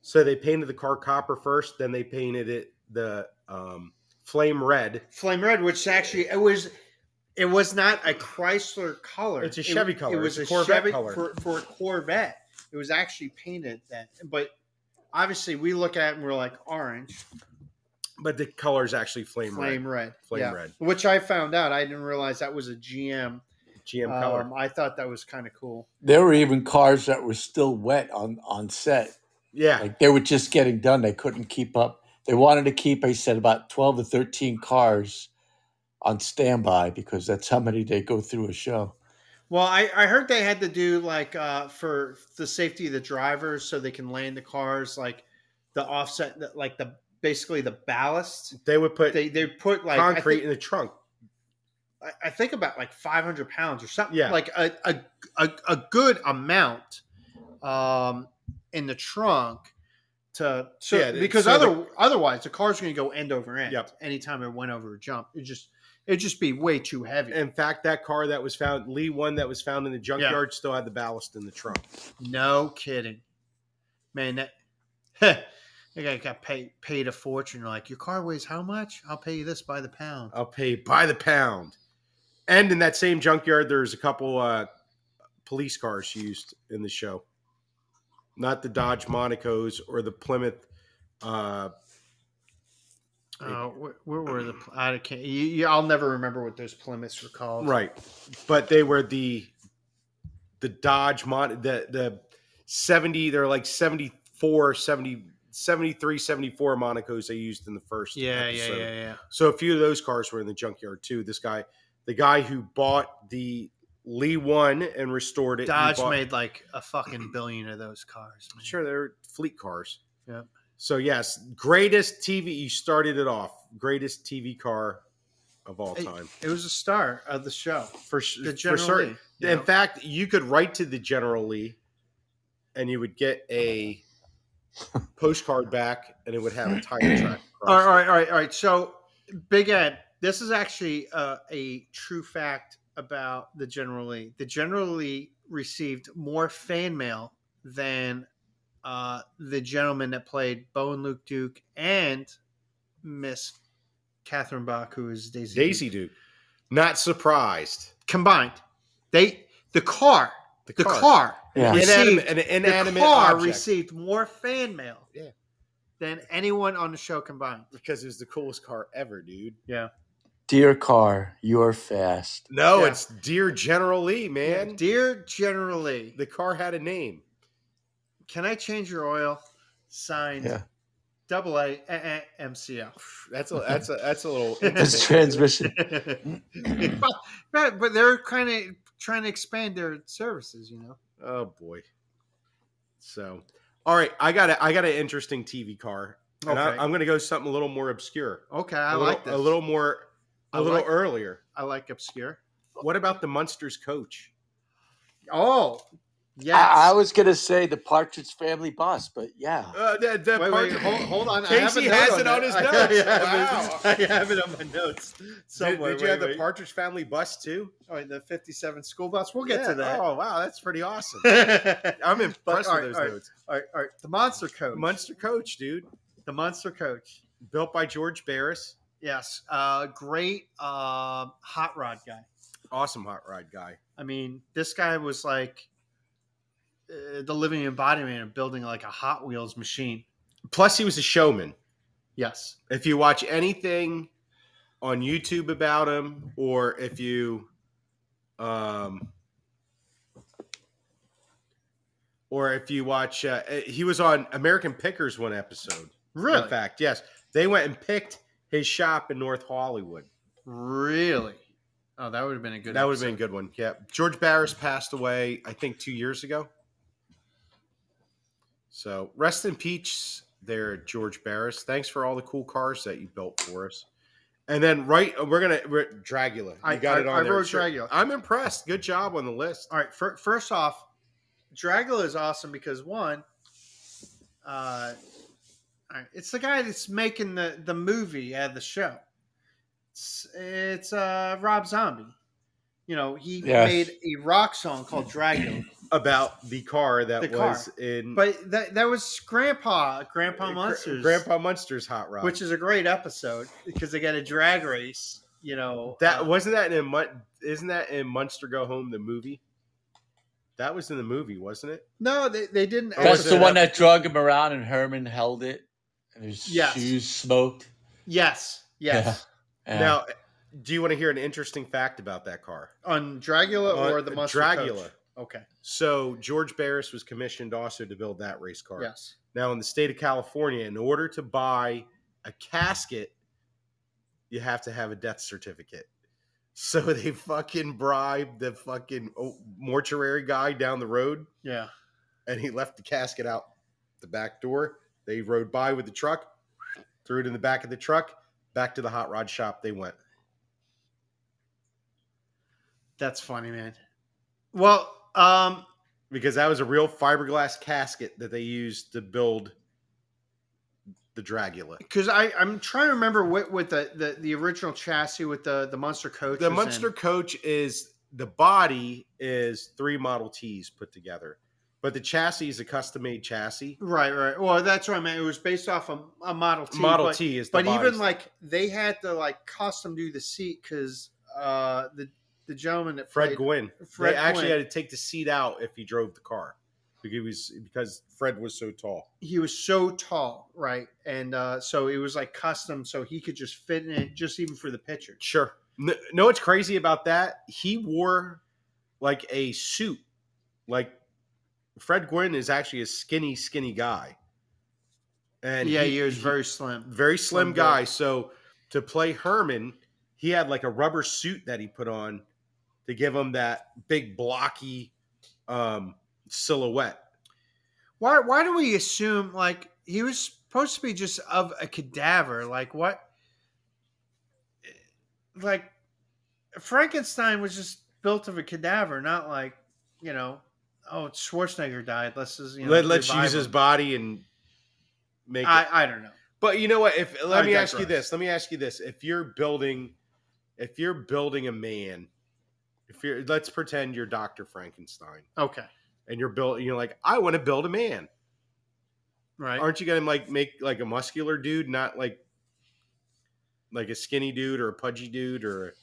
Speaker 3: so they painted the car copper first. Then they painted it the um, flame red.
Speaker 1: Flame red, which actually it was, it was not a Chrysler color.
Speaker 3: It's a
Speaker 1: It-
Speaker 3: Chevy color.
Speaker 1: It was
Speaker 3: It's
Speaker 1: a
Speaker 3: a Corvette
Speaker 1: Chevy
Speaker 3: color.
Speaker 1: for for a Corvette. It was actually painted that, but obviously we look at it and we're like orange,
Speaker 3: But the color is actually flame,
Speaker 1: flame,
Speaker 3: red,
Speaker 1: red,
Speaker 3: Flame
Speaker 1: Yeah.
Speaker 3: red.
Speaker 1: Which I found out. I didn't realize that was a GM.
Speaker 3: GM color.
Speaker 1: Um, I thought that was kind of cool.
Speaker 4: There were even cars that were still wet on on set.
Speaker 3: Yeah,
Speaker 4: Like they were just getting done. They couldn't keep up. They wanted to keep, I said, about twelve to thirteen cars on standby because that's how many they go through a show.
Speaker 1: Well, I, I heard they had to do like uh, for the safety of the drivers, so they can land the cars like the offset, the- like the basically the ballast.
Speaker 3: they would put
Speaker 1: They they put like I
Speaker 3: concrete
Speaker 1: think-
Speaker 3: in the trunk.
Speaker 1: I- I think about like 500 pounds or something.
Speaker 3: Yeah.
Speaker 1: Like a, a, a, a good amount um, in the trunk to, so,
Speaker 3: Yeah,
Speaker 1: because
Speaker 3: so
Speaker 1: other,
Speaker 3: the-
Speaker 1: otherwise the car's going to go end over end.
Speaker 3: Yep.
Speaker 1: Anytime it went over a jump, it just, it'd just be way too heavy.
Speaker 3: In fact, that car that was found, Lee one that was found in the junkyard, still had the ballast in the trunk.
Speaker 1: no kidding. Man, that, <laughs> that guy got paid, paid a fortune. Like, your car weighs how much? I'll pay you this by the pound.
Speaker 3: I'll pay by the pound. And in that same junkyard, there's a couple uh, police cars used in the show. Not the Dodge Monaco's or the Plymouth. Uh,
Speaker 1: Uh, where, where were the, pl- I can't, you, you, I'll never remember what those Plymouths were called.
Speaker 3: right, but they were the the Dodge Mon the the seventy. They're like 74, 70, 73, 74 Monaco's they used in the first.
Speaker 1: Yeah, yeah,
Speaker 3: episode.
Speaker 1: yeah, yeah.
Speaker 3: So a few of those cars were in the junkyard too. This guy, the guy who bought the Lee one and restored it, he
Speaker 1: Dodge
Speaker 3: bought-
Speaker 1: made like a fucking billion of those cars. man.
Speaker 3: Sure, they're fleet cars.
Speaker 1: Yep.
Speaker 3: So yes, greatest TV. You started it off. Greatest TV car of all
Speaker 1: Hey,
Speaker 3: time
Speaker 1: It was a star of the show.
Speaker 3: for s-
Speaker 1: The
Speaker 3: for
Speaker 1: General
Speaker 3: certain.
Speaker 1: Lee, you
Speaker 3: In
Speaker 1: know?
Speaker 3: fact, you could write to the General Lee, and you would get a postcard back, and it would have a title track. across
Speaker 1: All right, all right,
Speaker 3: it.
Speaker 1: all right, all right. So, Big Ed, this is actually uh, a true fact about the General Lee. The General Lee received more fan mail than uh, the gentleman that played Bo and Luke Duke and Miss Catherine Bach, who is Daisy. Duke.
Speaker 3: Daisy Duke. Not surprised.
Speaker 1: combined, they the car, the car
Speaker 4: Yeah.
Speaker 1: received
Speaker 3: Inanimate, an
Speaker 1: the
Speaker 3: inanimate
Speaker 1: car
Speaker 3: object.
Speaker 1: received more fan mail
Speaker 3: Yeah.
Speaker 1: than anyone on the show combined.
Speaker 3: because it was the coolest car ever, dude.
Speaker 4: Dear car, you are fast.
Speaker 3: No,
Speaker 1: Yeah.
Speaker 3: it's dear General Lee, man.
Speaker 1: Dear General Lee,
Speaker 3: the car had a name.
Speaker 1: can I change your oil? Signed,
Speaker 4: Yeah.
Speaker 1: double A eh, eh, MCL. <laughs>
Speaker 3: <laughs> That's a that's a that's a little.
Speaker 4: <laughs> That's
Speaker 3: intimate.
Speaker 4: transmission.
Speaker 1: but, but but they're kind of trying to expand their services, you know.
Speaker 3: oh boy. So, all right, I got a I got an interesting TV car
Speaker 1: Okay.
Speaker 3: And I, am going to go something a little more obscure.
Speaker 1: okay. I
Speaker 3: A little-
Speaker 1: like this.
Speaker 3: A little more, a
Speaker 1: I
Speaker 3: little
Speaker 1: like-
Speaker 3: earlier.
Speaker 1: I like obscure.
Speaker 3: What about the Munsters coach?
Speaker 1: Oh, yes.
Speaker 4: I, I was gonna say the Partridge Family bus, but yeah,
Speaker 3: Uh, that that
Speaker 1: wait,
Speaker 3: part-
Speaker 1: wait,
Speaker 3: <laughs>
Speaker 1: hold, hold on. I
Speaker 3: Casey
Speaker 1: have a note
Speaker 3: has
Speaker 1: on
Speaker 3: it on his
Speaker 1: <laughs> I-
Speaker 3: notes.
Speaker 1: I have,
Speaker 3: Wow.
Speaker 1: it, I have it on my notes
Speaker 3: Did,
Speaker 1: somewhere.
Speaker 3: did you
Speaker 1: Wait,
Speaker 3: have the
Speaker 1: wait.
Speaker 3: Partridge Family bus too?
Speaker 1: All right, the 57 school bus. We'll get to
Speaker 3: Yeah.
Speaker 1: that.
Speaker 3: Oh wow, that's pretty awesome.
Speaker 1: all <laughs>
Speaker 3: I'm impressed
Speaker 1: all right,
Speaker 3: with those
Speaker 1: all right.
Speaker 3: notes.
Speaker 1: right, all right. The monster coach.
Speaker 3: Munster coach, dude,
Speaker 1: the monster coach.
Speaker 3: built by George Barris,
Speaker 1: Yes. Uh, great uh, hot rod guy.
Speaker 3: <laughs> awesome hot rod guy.
Speaker 1: I mean, this guy was like uh, the living embodiment of building like a Hot Wheels machine.
Speaker 3: Plus, he was a showman.
Speaker 1: Yes.
Speaker 3: If you watch anything on YouTube about him, or if you, um, or if you watch, uh, he was on American Pickers one episode.
Speaker 1: Really?
Speaker 3: In fact, yes, they went and picked his shop in North Hollywood.
Speaker 1: Really? Oh, that would have been a good.
Speaker 3: that would have been a good one. Yeah, George Barris passed away, I think, two years ago. So rest in peace, there, George Barris. Thanks for all the cool cars that you built for us. And then right, we're gonna we're, Dragula. You
Speaker 1: I-
Speaker 3: got
Speaker 1: I-
Speaker 3: it on
Speaker 1: I
Speaker 3: there.
Speaker 1: wrote
Speaker 3: Sure.
Speaker 1: Dragula.
Speaker 3: I'm impressed. Good job on the list.
Speaker 1: All right. fir- first off, Dragula is awesome because one, uh, all right, it's the guy that's making the the movie out of the show. It's, it's uh, Rob Zombie. You know, he
Speaker 4: Yes.
Speaker 1: made a rock song called Dragula,
Speaker 3: About the car that
Speaker 1: The car.
Speaker 3: was in
Speaker 1: but that that was Grandpa Grandpa
Speaker 3: Gra-
Speaker 1: Monsters.
Speaker 3: Grandpa Munster's hot rod.
Speaker 1: which is a great episode because they got a drag race. You know
Speaker 3: that
Speaker 1: uh,
Speaker 3: wasn't that in Mun- isn't that in Munster Go Home the movie? That was in the movie, wasn't it?
Speaker 1: no, they, they didn't.
Speaker 3: Or was
Speaker 4: that's
Speaker 1: Actually,
Speaker 4: the
Speaker 3: it
Speaker 4: one that drug him around, and Herman held it, and his
Speaker 1: Yes.
Speaker 4: shoes smoked.
Speaker 1: yes, yes,
Speaker 4: Yeah.
Speaker 3: Now, do you want to hear an interesting fact about that car?
Speaker 1: on Dragula
Speaker 3: Uh,
Speaker 1: or the Monster
Speaker 3: Dragula.
Speaker 1: Coach? Okay,
Speaker 3: So George Barris was commissioned also to build that race car.
Speaker 1: yes,
Speaker 3: Now, in the state of California, in order to buy a casket, you have to have a death certificate. So <laughs> they fucking bribed the fucking oh, mortuary guy down the road,
Speaker 1: yeah.
Speaker 3: and he left the casket out the back door. They rode by with the truck, threw it in the back of the truck, back to the hot rod shop. They went.
Speaker 1: That's funny, man. Well, um,
Speaker 3: because that was a real fiberglass casket that they used to build the Dragula.
Speaker 1: because I I'm trying to remember what with the, the the original chassis with the the Monster Coach.
Speaker 3: The
Speaker 1: was in.
Speaker 3: Munster coach is the body is three Model Ts put together, but the chassis is a custom made chassis.
Speaker 1: Right, right. Well, that's what I meant. It was based off a, a Model T.
Speaker 3: Model
Speaker 1: but-
Speaker 3: T is the
Speaker 1: but even
Speaker 3: body's-
Speaker 1: like they had to like custom do the seat because uh the the gentleman that
Speaker 3: Fred
Speaker 1: played-
Speaker 3: Gwynn.
Speaker 1: Fred
Speaker 3: they actually
Speaker 1: Gwynn.
Speaker 3: had to take the seat out if he drove the car because he was because Fred was so tall.
Speaker 1: he was so tall right and uh so it was like custom so he could just fit in it just even for the picture
Speaker 3: Sure. No, know what's crazy about that? He wore like a suit. Like Fred Gwynn is actually a skinny, skinny guy. And
Speaker 1: yeah
Speaker 3: he-
Speaker 1: he was
Speaker 3: he-
Speaker 1: very slim
Speaker 3: very slim,
Speaker 1: slim
Speaker 3: guy.
Speaker 1: build.
Speaker 3: So to play Herman, he had like a rubber suit that he put on to give him that big blocky um silhouette.
Speaker 1: why why do we assume like he was supposed to be just of a cadaver like what like frankenstein was just built of a cadaver not like you know oh schwarzenegger died let's just you know
Speaker 3: Let, let's
Speaker 1: revive
Speaker 3: use his
Speaker 1: him.
Speaker 3: body and make it.
Speaker 1: I, I don't know
Speaker 3: But you know what? If let
Speaker 1: I
Speaker 3: me ask you
Speaker 1: digress.
Speaker 3: this, let me ask you this: if you're building, if you're building a man, if you're let's pretend you're Doctor Frankenstein
Speaker 1: okay
Speaker 3: and you're built, you're like, I want to build a man.
Speaker 1: right
Speaker 3: Aren't you gonna like make like a muscular dude, not like like a skinny dude or a pudgy dude, or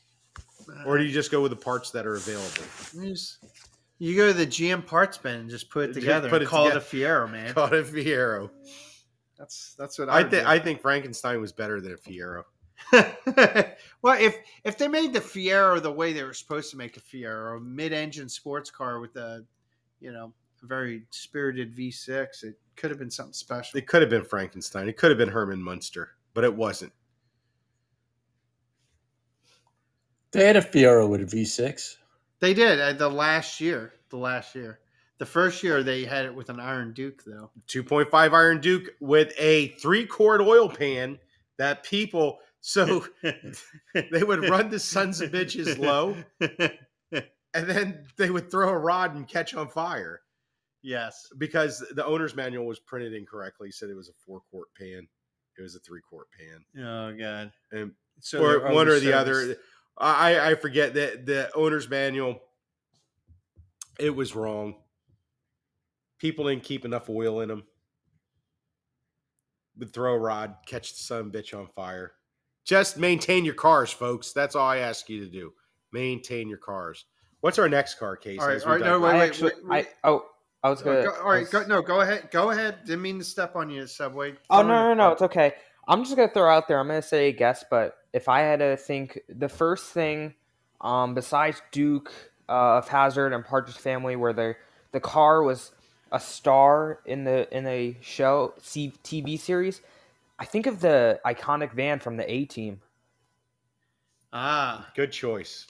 Speaker 3: or do you just go with the parts that are available?
Speaker 1: You just- Uh, You go to the GM parts bin and just put it
Speaker 3: Just
Speaker 1: together.
Speaker 3: put
Speaker 1: and
Speaker 3: it
Speaker 1: call
Speaker 3: together.
Speaker 1: it a Fiero, man.
Speaker 3: Call it a Fiero.
Speaker 1: That's that's what I,
Speaker 3: I think I think Frankenstein was better than a Fiero.
Speaker 1: I <laughs> well, if if they made the Fiero the way they were supposed to make a Fiero, a mid-engine sports car with a, you know, a very spirited V6, it could have been something special.
Speaker 3: It could have been Frankenstein. It could have been Herman Munster, but it wasn't.
Speaker 4: they had a Fiero with a V6.
Speaker 1: They did uh, the last year. The last year The first year they had it with an Iron Duke, though.
Speaker 3: 2.5 Iron Duke with a three quart oil pan that people so they <laughs> would run the sons of bitches <laughs> low and then they would throw a rod and catch on fire
Speaker 1: yes.
Speaker 3: because the owner's manual was printed incorrectly. Said it was a four quart pan. It was a three quart pan.
Speaker 1: Oh God.
Speaker 3: And-
Speaker 8: So
Speaker 3: or
Speaker 8: they're
Speaker 3: one or the
Speaker 8: overserviced.
Speaker 3: other. I I forget that the owner's manual. It was wrong. People didn't keep enough oil in them. Would throw a rod, catch the son of a bitch on fire. Just maintain your cars, folks. That's all I ask you to do. Maintain your cars. What's our next car case?
Speaker 1: All right,
Speaker 3: as
Speaker 1: all
Speaker 3: we
Speaker 1: right, no,
Speaker 3: digress?
Speaker 1: wait,
Speaker 5: I
Speaker 1: wait,
Speaker 5: actually,
Speaker 1: wait.
Speaker 5: I oh, I was gonna.
Speaker 1: Go- all
Speaker 5: I
Speaker 1: right,
Speaker 5: was-
Speaker 1: go, no, go ahead, go ahead. Didn't mean to step on you, Subway.
Speaker 5: Oh no, no, no, it's okay. I'm just gonna throw out there. I'm gonna say a guess, but if I had to think, the first thing, um, besides Duke uh, of Hazard and Partridge Family, where the the car was a star in the in a show C- TV series, I think of the iconic van from the A Team.
Speaker 1: Ah,
Speaker 3: Good choice.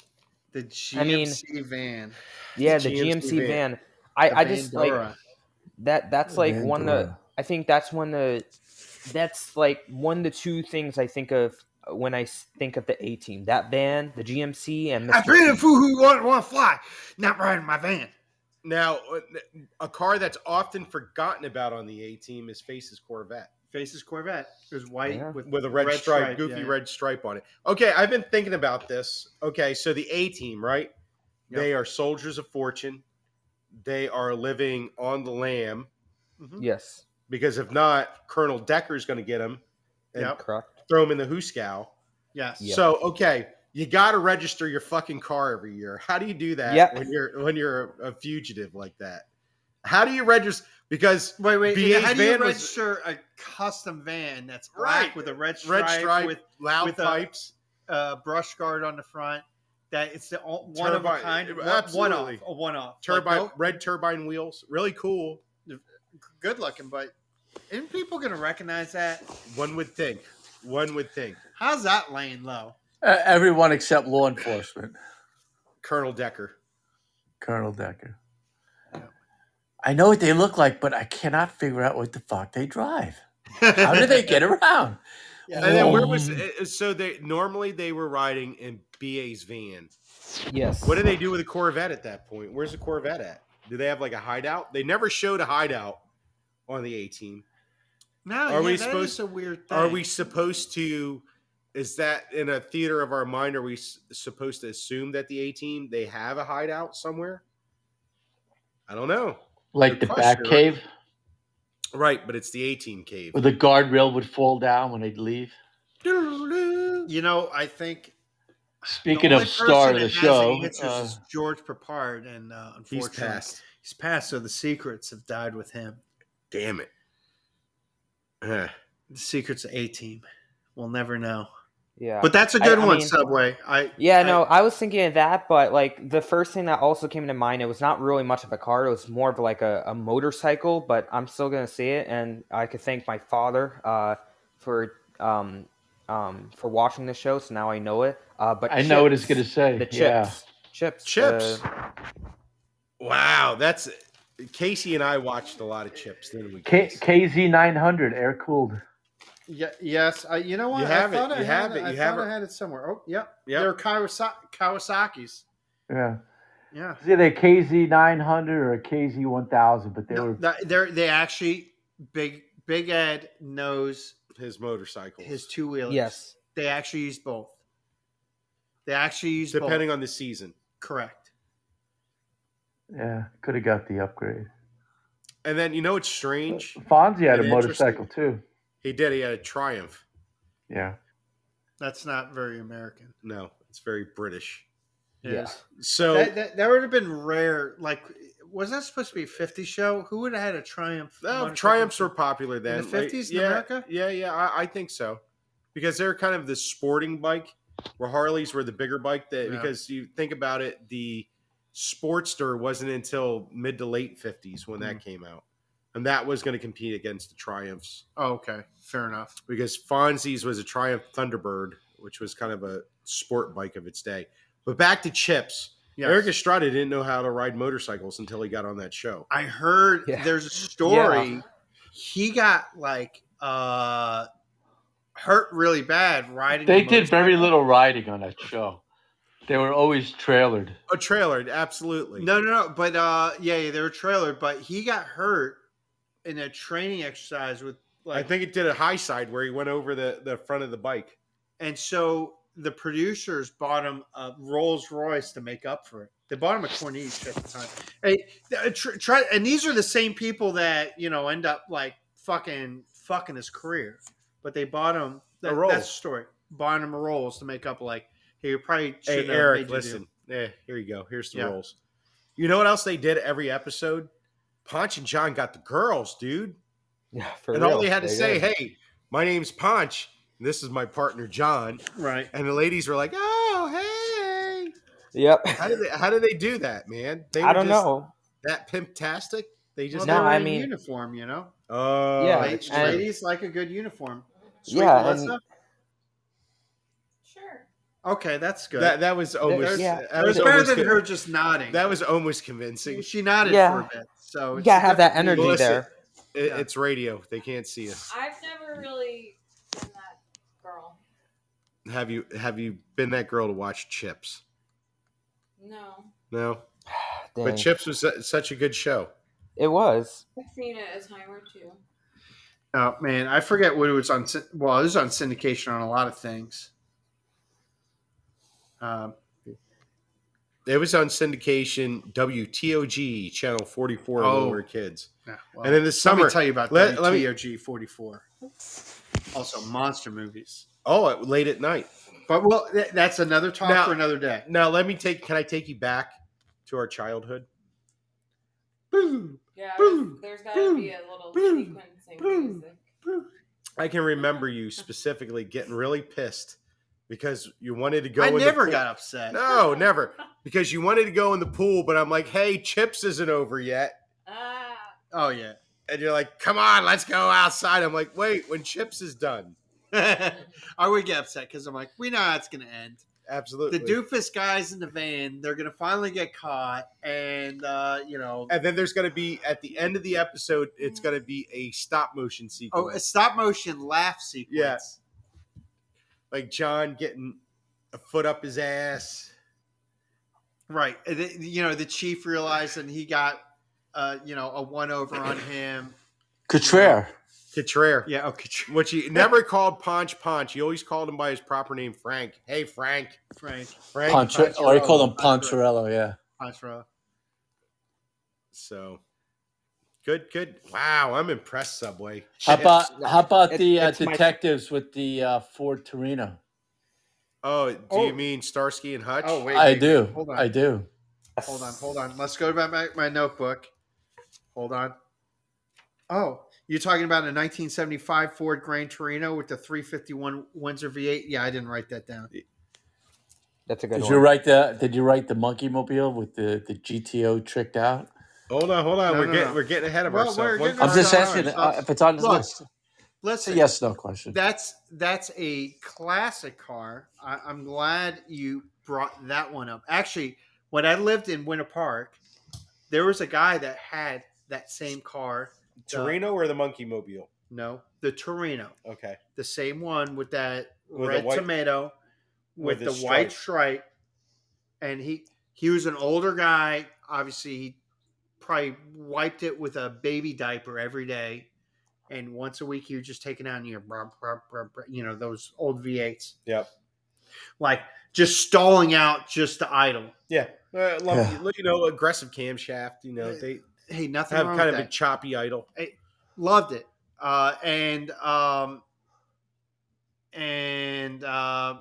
Speaker 1: the
Speaker 5: I mean-
Speaker 1: GMC van.
Speaker 5: Yeah, the
Speaker 3: GMC
Speaker 5: GMC,
Speaker 3: van.
Speaker 5: van. I,
Speaker 1: The
Speaker 5: I just like
Speaker 1: Bandura.
Speaker 5: that. That's like
Speaker 4: Van
Speaker 5: one of the.
Speaker 4: Dora.
Speaker 5: I think that's one of the. That's like one of the two things I think of when I s- think of the A team. That van, the GMC, and
Speaker 1: I
Speaker 5: Mr.
Speaker 1: paid a
Speaker 5: T.
Speaker 1: fool who want want to fly, not riding my van.
Speaker 3: Now, uh, a car that's often forgotten about on the A team is Faces Corvette.
Speaker 1: Faces Corvette is white
Speaker 5: Yeah.
Speaker 1: with
Speaker 3: with a red,
Speaker 1: Red
Speaker 3: stripe,
Speaker 1: stripe,
Speaker 3: goofy
Speaker 1: yeah.
Speaker 3: red stripe on it. Okay, I've been thinking about this. Okay, so the A team, right?
Speaker 1: Yep.
Speaker 3: They are soldiers of fortune. They are living on the lamb
Speaker 1: Mm-hmm.
Speaker 5: Yes,
Speaker 3: because if not, Colonel Decker's going to get them and
Speaker 1: Yep.
Speaker 5: correct.
Speaker 3: throw them in the hooscow.
Speaker 1: yes.
Speaker 5: Yeah.
Speaker 3: So, okay, you got to register your fucking car every year. How do you do that
Speaker 5: Yep.
Speaker 3: when you're when you're a fugitive like that? How do you register? Because
Speaker 1: Wait, wait.
Speaker 3: BA's
Speaker 1: how do you
Speaker 3: van was-
Speaker 1: register a custom van that's black
Speaker 3: Right.
Speaker 1: with a red stripe,
Speaker 3: red stripe
Speaker 1: with
Speaker 3: with loud
Speaker 1: with a-
Speaker 3: pipes.
Speaker 1: uh, brush guard on the front? That it's the o- one of a
Speaker 3: Turbine.
Speaker 1: kind, one, one off,
Speaker 3: Absolutely.
Speaker 1: a one off.
Speaker 3: Turbine, red turbine wheels, really cool.
Speaker 1: good looking, but isn't people gonna recognize that?
Speaker 3: One would think. One would think.
Speaker 1: How's that laying low?
Speaker 4: Uh, everyone except law enforcement.
Speaker 3: Colonel Decker.
Speaker 4: Colonel Decker. I know what they look like, but I cannot figure out what the fuck they drive. How do
Speaker 1: <laughs>
Speaker 4: they get around?
Speaker 1: Yeah.
Speaker 3: And then where was
Speaker 4: Um,
Speaker 3: uh, so they normally they were riding in BA's van.
Speaker 5: Yes.
Speaker 3: What do they do with a Corvette at that point? Where's the Corvette at? Do they have like a hideout? They never showed a hideout on the A team.
Speaker 1: No,
Speaker 3: Are
Speaker 1: yeah,
Speaker 3: we
Speaker 1: that
Speaker 3: supposed-
Speaker 1: is a weird thing.
Speaker 3: Are we supposed to? Is that in a theater of our mind? Are we s- supposed to assume that the A team they have a hideout somewhere? I don't know.
Speaker 4: Like the
Speaker 3: Good
Speaker 4: back
Speaker 3: question.
Speaker 4: cave
Speaker 3: Right, but it's the A team cave.
Speaker 4: where the guardrail would fall down when they'd leave.
Speaker 1: You know, I think
Speaker 4: Speaking
Speaker 1: the
Speaker 4: of
Speaker 1: only
Speaker 4: star
Speaker 1: person
Speaker 4: of
Speaker 1: that
Speaker 4: the
Speaker 1: has
Speaker 4: show,
Speaker 1: the answers
Speaker 4: uh,
Speaker 1: is George Papard, and uh,
Speaker 3: He's
Speaker 1: unfortunately,
Speaker 3: passed.
Speaker 1: He's passed, so the secrets have died with him.
Speaker 3: Damn it. <sighs> Huh.
Speaker 1: The secrets of A Team, we'll never know.
Speaker 5: Yeah.
Speaker 1: But that's a
Speaker 5: Uh, I-
Speaker 1: good
Speaker 5: I
Speaker 1: one,
Speaker 5: mean-
Speaker 1: Subway. I
Speaker 5: yeah,
Speaker 1: I-
Speaker 5: no, I was thinking of that, but like the first thing that also came to mind, it was not really much of a car. It was more of like a, a motorcycle, but I'm still gonna see it, and I could thank my father uh, for um, um, for watching the show, so now I know it. Uh, but
Speaker 4: I know what it's
Speaker 5: Chips,
Speaker 4: going to say.
Speaker 5: The chips,
Speaker 4: Yeah.
Speaker 5: chips, uh,
Speaker 3: Chips.
Speaker 5: the-
Speaker 3: Wow, that's Casey and I watched a lot of chips, didn't we?
Speaker 4: K-
Speaker 3: Casey?
Speaker 4: KZ 900 air cooled.
Speaker 1: Ye- yes, I, you know what?
Speaker 3: You have
Speaker 1: I thought
Speaker 3: it,
Speaker 1: I
Speaker 3: you
Speaker 1: had
Speaker 3: have it,
Speaker 1: I
Speaker 3: you have
Speaker 1: thought
Speaker 3: it.
Speaker 1: I had it somewhere. Oh, yep.
Speaker 3: Yep.
Speaker 1: They're Kawasa- Kawasaki's.
Speaker 4: Yeah.
Speaker 1: Yeah.
Speaker 4: It's either KZ 900 or a KZ 1000, but they
Speaker 1: No,
Speaker 4: were
Speaker 1: that- they're they actually big Big Ed knows
Speaker 3: his motorcycle.
Speaker 1: his two wheelers.
Speaker 5: yes,
Speaker 1: They actually use both. They actually use both.
Speaker 3: depending on the season.
Speaker 1: Correct.
Speaker 4: Yeah, could have got the upgrade.
Speaker 3: And then you know what's strange?
Speaker 4: Fonzie had a
Speaker 3: An
Speaker 4: motorcycle too.
Speaker 3: He did. He had a Triumph.
Speaker 4: Yeah.
Speaker 1: That's not very American.
Speaker 3: No, it's very British.
Speaker 1: It
Speaker 5: Yeah.
Speaker 1: is.
Speaker 3: So
Speaker 1: That, that, that would have been rare. Like, was that supposed to be a 50 show? Who would have had a Triumph?
Speaker 3: uh,
Speaker 1: motorcycle?
Speaker 3: Triumphs were popular then.
Speaker 1: the 50s in
Speaker 3: yeah,
Speaker 1: America?
Speaker 3: Yeah, yeah, I, I think so, because they're kind of the sporting bike, where Harleys were the bigger bike. That
Speaker 1: Yeah.
Speaker 3: because you think about it, the Sportster wasn't until mid to late fifties when
Speaker 1: Mm.
Speaker 3: that came out, and that was going to compete against the Triumphs.
Speaker 1: Oh, okay. Fair enough.
Speaker 3: because Fonzie's was a Triumph Thunderbird, which was kind of a sport bike of its day. But back to chips.
Speaker 1: Yes.
Speaker 3: Eric Estrada didn't know how to ride motorcycles until he got on that show.
Speaker 1: I heard
Speaker 5: Yeah.
Speaker 1: there's a story. He got like uh hurt really bad riding.
Speaker 4: They
Speaker 1: a
Speaker 4: did very
Speaker 1: motorcycle.
Speaker 4: little riding on that show. They were always trailered.
Speaker 3: A trailer, absolutely.
Speaker 1: No, no, no. But uh, yeah, yeah, they were trailer. But he got hurt in a training exercise with
Speaker 3: I
Speaker 1: like,
Speaker 3: think it did a high side where he went over the, the front of the bike.
Speaker 1: and so the producers bought him a Rolls Royce to make up for it. They bought him a Corniche at the time. Hey, th- uh, tr- try, and these are the same people that you know end up like fucking fucking his career. But they bought him that,
Speaker 3: A Rolls.
Speaker 1: That's the story. Buying him a Rolls to make up like hey, you probably
Speaker 3: Hey,
Speaker 1: should
Speaker 3: Eric, listen. Eh, here you go. Here's the
Speaker 1: Yeah.
Speaker 3: rules. You know what else they did every episode? Ponch and John got the girls, dude.
Speaker 5: Yeah, <laughs> for
Speaker 3: and
Speaker 5: real.
Speaker 3: all they had to say,
Speaker 5: did.
Speaker 3: hey, my name's Ponch. and this is my partner, John.
Speaker 1: right.
Speaker 3: And the ladies were like, oh, hey.
Speaker 5: "Yep."
Speaker 3: How do they, how do, they do that, man? They
Speaker 5: <laughs> I
Speaker 3: were
Speaker 5: don't
Speaker 3: just
Speaker 5: know.
Speaker 3: That pimptastic? They
Speaker 1: Well,
Speaker 3: just.
Speaker 5: No,
Speaker 1: they were
Speaker 5: I
Speaker 1: in
Speaker 5: mean-
Speaker 1: uniform. You know,
Speaker 3: Oh,
Speaker 5: Yeah,
Speaker 3: they-
Speaker 1: Ladies,
Speaker 5: and-
Speaker 1: ladies like a good uniform. Sweet
Speaker 5: Yeah,
Speaker 1: Melissa?
Speaker 5: and-
Speaker 2: Sure.
Speaker 1: okay, that's good.
Speaker 3: that, that was almost.
Speaker 5: yeah.
Speaker 3: That
Speaker 1: it
Speaker 3: was
Speaker 1: was better
Speaker 3: almost
Speaker 1: than
Speaker 3: good.
Speaker 1: her just nodding.
Speaker 3: That was almost convincing.
Speaker 1: she nodded
Speaker 5: Yeah.
Speaker 1: for a bit. So
Speaker 5: You
Speaker 1: it's
Speaker 5: gotta have that energy
Speaker 1: definitely-
Speaker 3: Melissa-
Speaker 5: there.
Speaker 3: It,
Speaker 1: Yeah.
Speaker 3: It's radio. They can't see us.
Speaker 2: I've never really been that girl.
Speaker 3: Have you have you been that girl to watch Chips?
Speaker 2: No.
Speaker 3: No,
Speaker 5: Dang.
Speaker 3: but Chips was su- such a good show.
Speaker 5: it was.
Speaker 2: I've seen it a time or two.
Speaker 1: Oh man, I forget what it was on. syn- Well, it was on syndication on a lot of things. Um,
Speaker 3: It was on syndication, WTOG channel forty four.
Speaker 1: Oh.
Speaker 3: Oh. When we were kids,
Speaker 1: yeah, well,
Speaker 3: and in the
Speaker 1: let
Speaker 3: summer,
Speaker 1: me tell you about
Speaker 3: let-
Speaker 1: let,
Speaker 3: let me-
Speaker 1: WTOG forty
Speaker 5: <laughs>
Speaker 1: four. Also, monster movies.
Speaker 3: oh, at- late at night.
Speaker 1: But well, th- that's another talk
Speaker 3: Now-
Speaker 1: for another day.
Speaker 3: Now let me take. Can I take you back to our childhood?
Speaker 2: Yeah,
Speaker 1: Boom,
Speaker 2: there's got to be a little
Speaker 1: boom,
Speaker 2: sequencing
Speaker 1: boom.
Speaker 2: music.
Speaker 3: I can remember you specifically getting really pissed because you wanted to go.
Speaker 1: I
Speaker 3: in the
Speaker 1: never
Speaker 3: pool.
Speaker 1: got upset.
Speaker 2: <laughs>
Speaker 3: No, never. Because you wanted to go in the pool, but I'm like, hey, Chips isn't over yet.
Speaker 2: Ah,
Speaker 1: Oh yeah, <laughs>
Speaker 3: And you're like, come on, let's go outside. I'm like, wait, when Chips is done.
Speaker 1: I would get upset because I'm like, we know how it's gonna end.
Speaker 3: Absolutely.
Speaker 1: the doofus guys in the van they're gonna finally get caught and uh you know
Speaker 3: And then there's going to be, at the end of the episode, it's going to be a stop motion
Speaker 1: oh a
Speaker 3: sequence.
Speaker 1: stop motion laugh sequence
Speaker 3: Yes. like John getting a foot up his ass.
Speaker 1: right And the- you know the chief realized and he got uh you know a one over on him
Speaker 4: Cotrere.
Speaker 3: Cotrere.
Speaker 1: yeah okay true,
Speaker 3: Which he never called Ponch Ponch. He always called him by his proper name, Frank. Hey, Frank.
Speaker 1: frank
Speaker 3: Frank.
Speaker 4: Pontre-
Speaker 3: Poncherello.
Speaker 4: or they call him
Speaker 1: Poncherello.
Speaker 4: Poncherello, yeah.
Speaker 1: Contra.
Speaker 3: So good, good. Wow, I'm impressed, Subway.
Speaker 4: How about how about
Speaker 5: It-
Speaker 4: the uh,
Speaker 5: it's my-
Speaker 4: detectives with the uh, Ford Torino?
Speaker 3: Oh, do
Speaker 1: Oh.
Speaker 3: you mean Starsky and Hutch?
Speaker 1: oh wait
Speaker 4: I
Speaker 1: wait,
Speaker 4: do.
Speaker 1: wait. hold on
Speaker 4: I do.
Speaker 1: hold on hold on let's go to my, my notebook hold on oh you're talking about a 1975 Ford Grand Torino with the 351 Windsor V8. Yeah, I didn't write that down.
Speaker 5: That's a good
Speaker 4: Did
Speaker 5: one.
Speaker 4: you write the Did you write the Monkey Mobile with the, the GTO tricked out?
Speaker 3: Hold on, hold on.
Speaker 1: No,
Speaker 3: we're
Speaker 1: no,
Speaker 3: getting
Speaker 1: no.
Speaker 3: we're getting ahead of
Speaker 1: Well, we're
Speaker 3: ourselves. One
Speaker 1: getting
Speaker 4: I'm
Speaker 1: No,
Speaker 4: just
Speaker 1: no,
Speaker 4: asking
Speaker 1: no,
Speaker 4: uh, if it's on his
Speaker 1: Look,
Speaker 4: list. It's a
Speaker 1: Listen,
Speaker 4: yes no question.
Speaker 1: That's that's a classic car. I, I'm glad you brought that one up. Actually, when I lived in Winter Park, there was a guy that had that same car.
Speaker 3: Torino or the Monkey Mobile?
Speaker 1: No, the Torino,
Speaker 3: Okay.
Speaker 1: the same one with that
Speaker 3: With the
Speaker 1: red
Speaker 3: white-
Speaker 1: tomato, with,
Speaker 3: with the
Speaker 1: the, white stripe, and he he was an older guy. Obviously, he probably wiped it with a baby diaper every day. And once a week, he was just taking out, you know, bruh, bruh, bruh, bruh, you know, those old V8s.
Speaker 3: Yep.
Speaker 1: like just stalling out just to idle.
Speaker 3: Yeah. Uh, love,
Speaker 4: Yeah.
Speaker 3: You know, aggressive camshaft. You know, they
Speaker 1: Hey, nothing
Speaker 3: have
Speaker 1: wrong
Speaker 3: kind of
Speaker 1: with
Speaker 3: a choppy idol.
Speaker 1: that. Loved it. Uh, and um, and uh,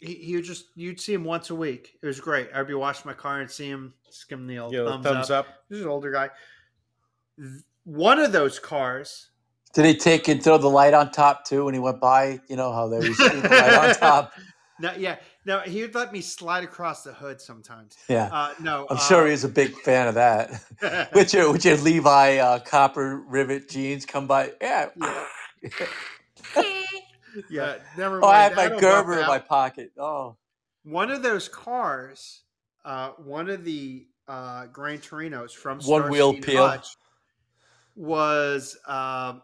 Speaker 1: he, he would just you'd see him once a week. It was great. I'd be washing my car and see him skim the old
Speaker 3: You know,
Speaker 1: thumbs,
Speaker 3: thumbs,
Speaker 1: up.
Speaker 3: up.
Speaker 1: This is an older guy. Th- One of those cars.
Speaker 4: Did he take and throw the light on top too when he went by? You know
Speaker 1: <laughs>
Speaker 4: how they always keep the light on top.
Speaker 1: No, yeah. No, he'd let me slide across the hood sometimes.
Speaker 4: Yeah,
Speaker 1: Uh, no,
Speaker 4: I'm
Speaker 1: uh,
Speaker 4: sure he was a big fan
Speaker 1: <laughs>
Speaker 4: of that. <laughs> With your with your Levi uh, copper rivet jeans come by. Yeah. <laughs>
Speaker 1: yeah, yeah.
Speaker 3: Yeah. Never mind.
Speaker 4: Oh, I oh, have my
Speaker 3: don't want
Speaker 4: Gerber in
Speaker 3: that.
Speaker 4: my pocket. Oh,
Speaker 1: one of those cars uh, one of the uh, Gran Torinos from
Speaker 4: One wheel
Speaker 1: Starsky
Speaker 4: peel.
Speaker 1: Hutch was um,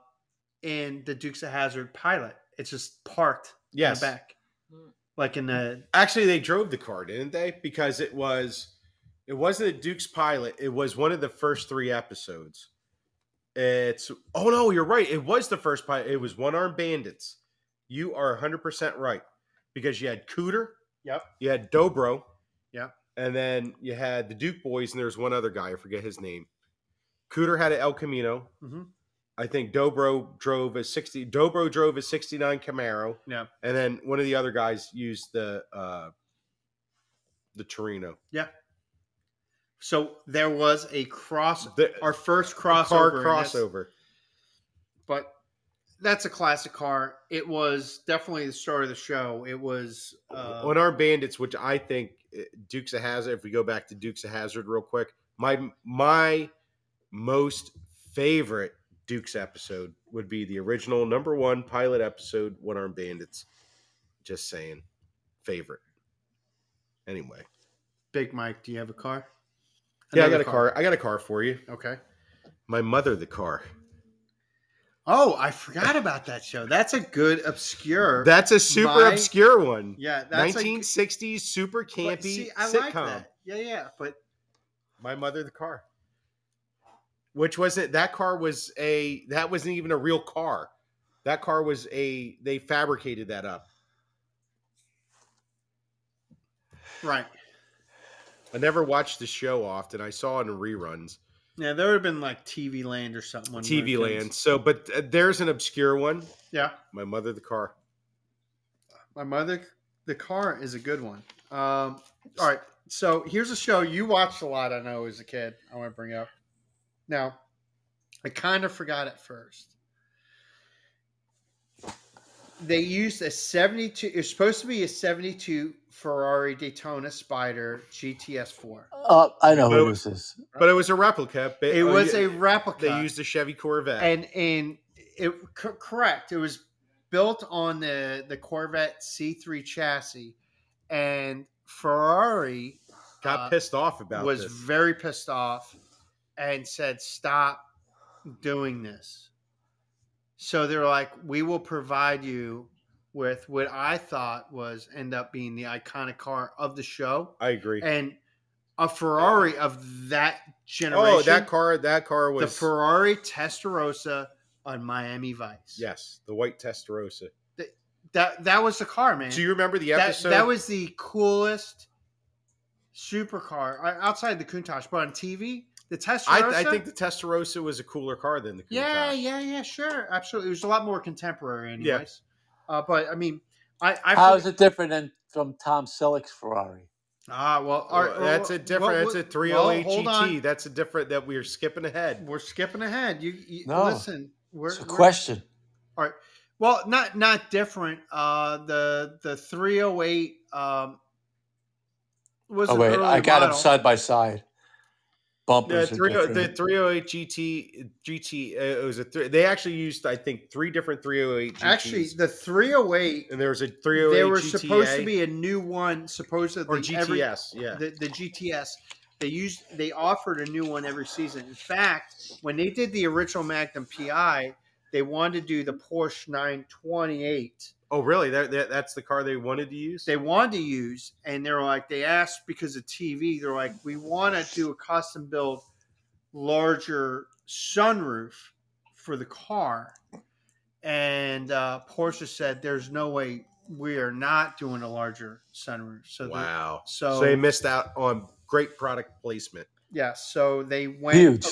Speaker 1: in the Dukes of Hazard pilot. It's just parked
Speaker 3: Yes.
Speaker 1: in the back, like in the
Speaker 3: Actually, they drove the car, didn't they? Because it was, it wasn't a Duke's pilot. It was one of the first three episodes. It's oh no, you're right. It was the first pilot. It was One Armed Bandits. You are 100 percent right because you had Cooter.
Speaker 1: Yep.
Speaker 3: You had Dobro.
Speaker 1: Yep.
Speaker 3: And then you had the Duke boys, and there was one other guy. I forget his name. Cooter had an El Camino.
Speaker 1: Mhm.
Speaker 3: I think Dobro drove a 60. Dobro drove a 69 Camaro.
Speaker 1: Yeah.
Speaker 3: And then one of the other guys used the uh the Torino.
Speaker 1: So there was a cross,
Speaker 3: The
Speaker 1: our first crossover,
Speaker 3: car
Speaker 1: in this,
Speaker 3: crossover.
Speaker 1: but that's a classic car. It was definitely the start of the show. It was uh,
Speaker 3: On our bandits, which I think uh, Dukes of Hazard. If we go back to Dukes of Hazard real quick, my my most favorite Dukes episode would be the original number one pilot episode, One Armed Bandits. Just saying, favorite. Anyway,
Speaker 1: Big Mike. Do you have a car?
Speaker 3: yeah, I got
Speaker 1: Another
Speaker 3: a car. I got a car for you.
Speaker 1: Okay.
Speaker 3: My mother, the car.
Speaker 1: Oh, I forgot about that show. That's a good obscure.
Speaker 3: That's a super
Speaker 1: My-
Speaker 3: obscure one.
Speaker 1: yeah, that's
Speaker 3: Nineteen
Speaker 1: a,
Speaker 3: sixties super
Speaker 1: but
Speaker 3: campy
Speaker 1: see, I
Speaker 3: sitcom.
Speaker 1: like that. Yeah, yeah, but
Speaker 3: My mother, the car, which wasn't that car was a that wasn't even a real car. That car was a they fabricated that up.
Speaker 1: right.
Speaker 3: I never watched the show often. I saw it in reruns,
Speaker 1: Yeah, there would have been like TV Land or something. when we were
Speaker 3: TV
Speaker 1: kids.
Speaker 3: Land. So, but uh, there's an obscure one.
Speaker 1: Yeah,
Speaker 3: My mother, the car.
Speaker 1: my mother. The car is a good one. Um, all right, so here's a show you watched a lot. I know as a kid. I want to bring up. Now, I kind of forgot at first. They used a 72. It's supposed to be a 72 Ferrari Daytona Spider GTS 4.
Speaker 4: Uh, I know
Speaker 3: But-
Speaker 4: who this is.
Speaker 3: But it was a replica. But
Speaker 1: It was a
Speaker 3: Oh, They
Speaker 1: replica.
Speaker 3: used a Chevy Corvette.
Speaker 1: and and it co- correct. It was built on the the Corvette C3 chassis, and Ferrari
Speaker 3: Got
Speaker 1: uh,
Speaker 3: pissed off about
Speaker 1: was
Speaker 3: this.
Speaker 1: very pissed off and said, "Stop doing this." So they're like, "We will provide you with what I thought was end up being the iconic car of the show
Speaker 3: I agree.
Speaker 1: and a Ferrari of that generation."
Speaker 3: Oh, that car! That car was
Speaker 1: the Ferrari Testarossa on Miami Vice.
Speaker 3: yes, the white Testarossa.
Speaker 1: that that was the car, man.
Speaker 3: Do you remember the
Speaker 1: that,
Speaker 3: episode?
Speaker 1: that was the coolest supercar uh, outside the Countach, but on TV, the Testarossa.
Speaker 3: I, I think the Testarossa was a cooler car than the Countach.
Speaker 1: yeah, yeah, yeah, sure, absolutely. It was a lot more contemporary, anyways. Uh, but I mean, I, I
Speaker 4: How
Speaker 1: forget-
Speaker 4: is it different than from Tom Selleck's Ferrari?
Speaker 1: ah well, all
Speaker 3: Or-
Speaker 1: right, well,
Speaker 3: that's
Speaker 1: well,
Speaker 3: a different.
Speaker 1: well,
Speaker 3: that's a
Speaker 1: well,
Speaker 3: 308
Speaker 1: hold
Speaker 3: GT.
Speaker 1: on.
Speaker 3: That's a different. E That we are skipping ahead.
Speaker 1: We're skipping ahead. You, you
Speaker 4: No.
Speaker 1: listen. We're,
Speaker 4: It's a
Speaker 1: we're-
Speaker 4: question.
Speaker 1: Well, not not different. Uh, the the 308 um, was
Speaker 4: Oh
Speaker 1: an
Speaker 4: wait,
Speaker 1: early
Speaker 4: I got
Speaker 1: model. uh,
Speaker 4: them side by side.
Speaker 3: The,
Speaker 4: Bumpers are
Speaker 3: 30 the
Speaker 4: different.
Speaker 3: 308 GT GT. Uh, it was a. Th- they actually used, I think, three oh different 308. GTs.
Speaker 1: Actually, the 308.
Speaker 3: and there was a 308.
Speaker 1: They were supposed
Speaker 3: GTA
Speaker 1: to be a new one, supposedly
Speaker 3: or GTS.
Speaker 1: every-
Speaker 3: yeah,
Speaker 1: the, the GTS. They used they offered a new one every season. In fact, when they did the original Magnum PI, they wanted to do the Porsche 928.
Speaker 3: Oh, really? That, that that's the car they wanted to use.
Speaker 1: they wanted to use, and they're like, they asked because of TV, they're like, we want to do a custom build larger sunroof for the car. And uh, Porsche said, there's no way we are not doing a larger sunroof. So, they-
Speaker 3: wow.
Speaker 1: so,
Speaker 3: so they missed out on great product placement.
Speaker 1: yeah, so they went.
Speaker 4: Huge.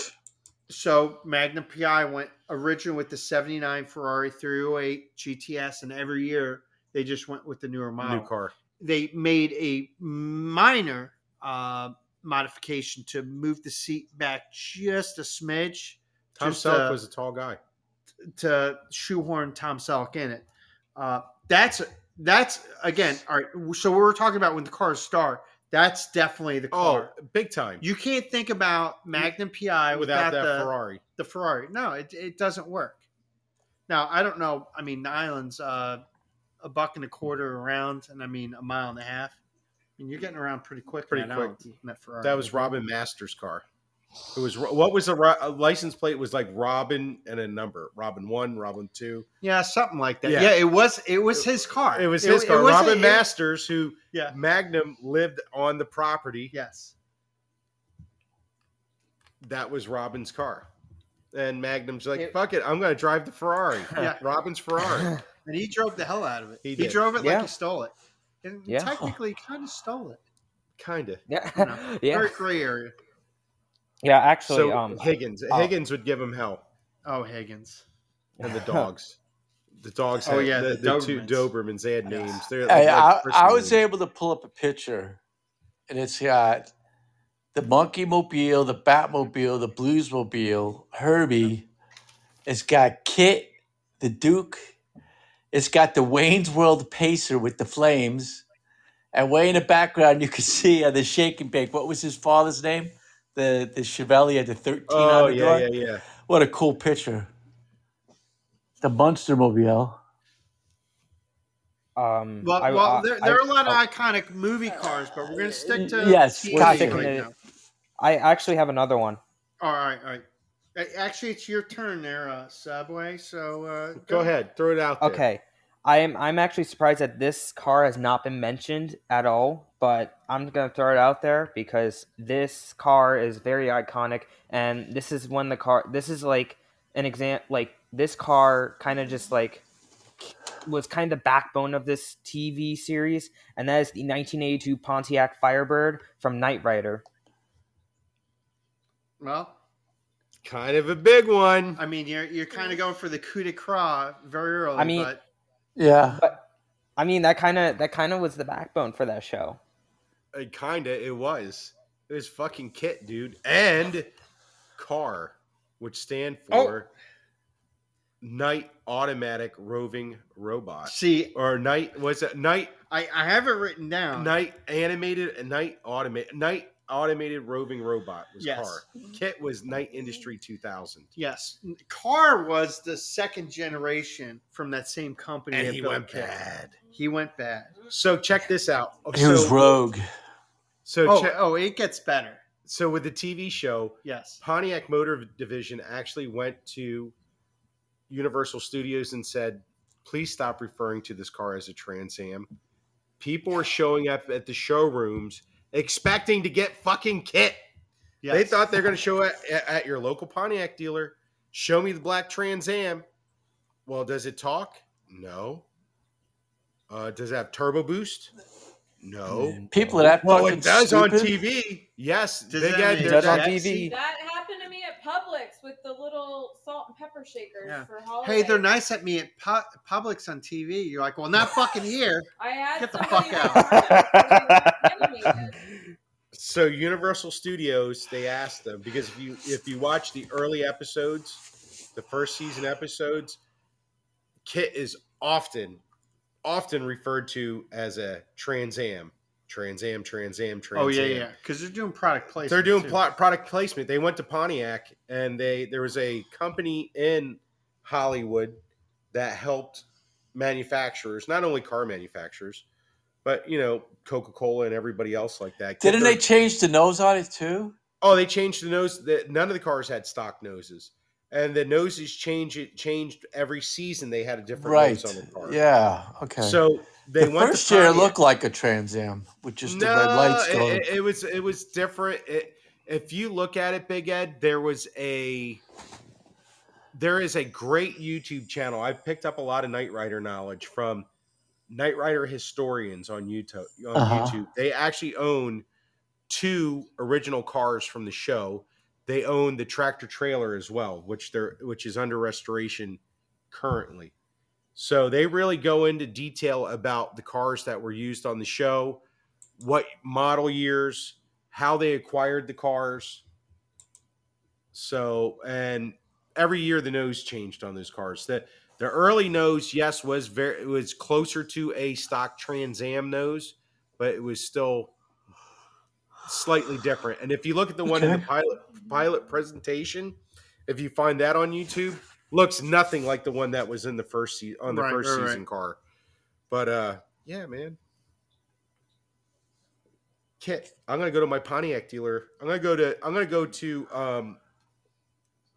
Speaker 1: So Magnum PI went original with the 79 Ferrari 308 GTS, and every year they just went with the newer model.
Speaker 3: New car.
Speaker 1: they made a minor uh, modification to move the seat back just a smidge
Speaker 3: Tom
Speaker 1: Just,
Speaker 3: Selleck
Speaker 1: uh,
Speaker 3: was a tall guy.
Speaker 1: to shoehorn Tom Selleck in it. Uh, that's that's again. All right. So we were talking about when the cars start. That's definitely the
Speaker 3: Oh,
Speaker 1: car.
Speaker 3: big time.
Speaker 1: You can't think about Magnum PI
Speaker 3: without
Speaker 1: without,
Speaker 3: that
Speaker 1: the,
Speaker 3: Ferrari.
Speaker 1: the Ferrari. No, it, it doesn't work. Now I don't know. I mean, the island's uh, a buck and a quarter around, and I mean a mile and a half. mean, you're getting around pretty quick. in
Speaker 3: Pretty
Speaker 1: that
Speaker 3: quick.
Speaker 1: Allen- in that Ferrari.
Speaker 3: That was Robin Masters' car. It was what was the ro- license plate was like Robin and a number. Robin one, Robin two.
Speaker 1: yeah, something like that.
Speaker 3: Yeah.
Speaker 1: Yeah, it was it was his car.
Speaker 3: It was his car.
Speaker 1: was-
Speaker 3: Robin
Speaker 1: it-
Speaker 3: Masters, who
Speaker 1: Yeah.
Speaker 3: Magnum lived on the property.
Speaker 1: Yes.
Speaker 3: That was Robin's car. And Magnum's like,
Speaker 5: It-
Speaker 3: fuck it, I'm gonna drive the <laughs> Ferrari.
Speaker 1: Yeah.
Speaker 3: Robin's <laughs> Ferrari.
Speaker 1: And he drove the hell out of it.
Speaker 3: He
Speaker 1: He,
Speaker 3: did.
Speaker 1: drove it
Speaker 5: Yeah.
Speaker 1: like he stole it. And
Speaker 5: Yeah.
Speaker 1: technically, he kind of stole it.
Speaker 3: Kinda.
Speaker 5: <laughs> Yeah, yeah,
Speaker 1: Very gray area.
Speaker 5: yeah. Actually,
Speaker 3: so
Speaker 5: um,
Speaker 3: Higgins.
Speaker 4: uh,
Speaker 5: oh.
Speaker 3: Higgins would give him hell.
Speaker 1: Oh, Higgins.
Speaker 3: And
Speaker 4: <laughs>
Speaker 3: the dogs. The dogs.
Speaker 1: Oh,
Speaker 3: had-
Speaker 1: yeah,
Speaker 3: the,
Speaker 1: the
Speaker 3: the two
Speaker 1: Dobermans.
Speaker 3: Dobermans. They had names. They're
Speaker 4: Hey, I,
Speaker 3: like
Speaker 4: I was
Speaker 3: person names.
Speaker 4: able to pull up a picture, and it's got the Monkey Mobile, the Batmobile, the Bluesmobile, Herbie. It's got Kit, the Duke. It's got the Wayne's World Pacer with the flames. And way in the background, you can <laughs> see uh, the shake and bake. What was his father's name? The the Chevalier, the 13
Speaker 3: Oh
Speaker 4: on the
Speaker 3: yeah,
Speaker 4: door.
Speaker 3: yeah, yeah.
Speaker 4: What a cool picture. The Munster Mobile.
Speaker 3: Mm.
Speaker 5: um,
Speaker 1: Well,
Speaker 5: I-
Speaker 1: well
Speaker 3: uh,
Speaker 5: I-
Speaker 1: there,
Speaker 5: I-
Speaker 1: there are a lot
Speaker 5: oh.
Speaker 1: of iconic movie cars, but we're going to stick to
Speaker 4: Yes,
Speaker 1: TV
Speaker 5: we're
Speaker 1: right
Speaker 5: sticking to-
Speaker 1: now.
Speaker 5: I actually have another one.
Speaker 1: All right, all right. A- Actually, it's your turn there, uh, Subway. So uh,
Speaker 3: Go ahead, throw it out there.
Speaker 5: Okay. I am I'm actually surprised that this car has not been mentioned at all, but I'm gonna throw it out there because this car is very iconic and this is when the car this is like an exam like this car kind of just like was kind of the backbone of this TV series, and that is the 1982 Pontiac Firebird from Knight Rider.
Speaker 1: Well,
Speaker 3: Kind of a big one.
Speaker 1: I mean, you're you're kind of going for the coup de grace very early.
Speaker 5: I mean-
Speaker 1: but
Speaker 4: Yeah.
Speaker 5: I mean, that kind of that kind of was the backbone for that show.
Speaker 3: Uh, kinda, it was. It was fucking kit, dude. And car, which stand for Night Automatic Roving Robot.
Speaker 1: see,
Speaker 3: Or Night was it Night
Speaker 1: I, I have it written down.
Speaker 3: Night Animated uh, Night Automate Night Automated Roving Robot was
Speaker 1: Yes.
Speaker 3: car. Kit was Night Industry two thousand.
Speaker 1: Yes, Carr was the second generation from that same company. that built Kit. He went bad.
Speaker 3: So check this out. Oh,
Speaker 4: He was
Speaker 3: So,
Speaker 4: rogue.
Speaker 3: so
Speaker 1: Oh,
Speaker 3: check-
Speaker 1: oh, it gets better.
Speaker 3: so with the TV show,
Speaker 1: Yes.
Speaker 3: Pontiac Motor Division actually went to Universal Studios and said, "Please stop referring to this car as a Trans Am. People are showing up at the showrooms expecting to get fucking kit.
Speaker 1: yes.
Speaker 3: They thought they're going to show at, at, at your local Pontiac dealer. Show me the black Trans Am. Well, does it talk? No. Uh, does it have turbo boost? No.
Speaker 4: People that act
Speaker 3: Well,
Speaker 4: fucking
Speaker 3: it does on
Speaker 4: stupid.
Speaker 3: TV. Yes,
Speaker 1: Does
Speaker 3: they
Speaker 1: that
Speaker 3: got
Speaker 1: mean
Speaker 3: their-
Speaker 5: Does on
Speaker 1: that-
Speaker 5: TV.
Speaker 2: That happened to me at Publix with the little salt and pepper shakers
Speaker 1: Yeah.
Speaker 2: for
Speaker 1: Hey,
Speaker 2: holidays.
Speaker 1: they're nice at me at Pu- Publix on TV. You're like, well, not fucking
Speaker 3: <laughs>
Speaker 1: here.
Speaker 2: I had
Speaker 1: Get the
Speaker 2: somebody
Speaker 1: fuck
Speaker 2: at Walmart
Speaker 1: <laughs>
Speaker 2: who was animated.
Speaker 3: so Universal Studios they asked them because if you if you watch the early episodes, the first season episodes, Kit is often often referred to as a Trans Am, Trans Am, Trans Am, Trans
Speaker 1: Oh yeah,
Speaker 3: Am.
Speaker 1: yeah, because they're doing product placement.
Speaker 3: They're doing
Speaker 1: too.
Speaker 3: plot, product placement. They went to Pontiac, and they there was a company in Hollywood that helped manufacturers, not only car manufacturers, but you know Coca Cola and everybody else like that. get
Speaker 4: Didn't
Speaker 3: their-
Speaker 4: they change the nose on it too?
Speaker 3: Oh, they changed the nose. The, none of the cars had stock noses, and the noses change it changed every season. They had a different
Speaker 4: Right.
Speaker 3: nose on the car.
Speaker 4: Yeah. Okay.
Speaker 3: So they
Speaker 4: the
Speaker 3: went
Speaker 4: first
Speaker 3: to
Speaker 4: year
Speaker 3: Pontiac.
Speaker 4: looked like a Trans Am with just the
Speaker 3: no,
Speaker 4: red lights
Speaker 3: it-
Speaker 4: going.
Speaker 3: It, it was it was different. It, if you look at it, Big Ed, there was a there is a great YouTube channel. I picked up a lot of Knight Rider knowledge from Knight Rider historians on YouTube. On
Speaker 4: Uh-huh.
Speaker 3: YouTube, they actually own two original cars from the show. They own the tractor trailer as well, which they're which is under restoration currently. So they really go into detail about the cars that were used on the show, what model years, how they acquired the cars. So, and every year the nose changed on those cars. The the early nose, yes, was very was closer to a stock Trans Am nose, but it was still slightly different. And if you look at the one in the
Speaker 4: Okay.
Speaker 3: pilot pilot presentation, if you find that on YouTube, looks nothing like the one that was in the first season on the
Speaker 1: Right,
Speaker 3: first
Speaker 1: right, right.
Speaker 3: season car. But uh yeah, man. Kit, I'm gonna go to my Pontiac dealer. I'm gonna go to I'm gonna go to um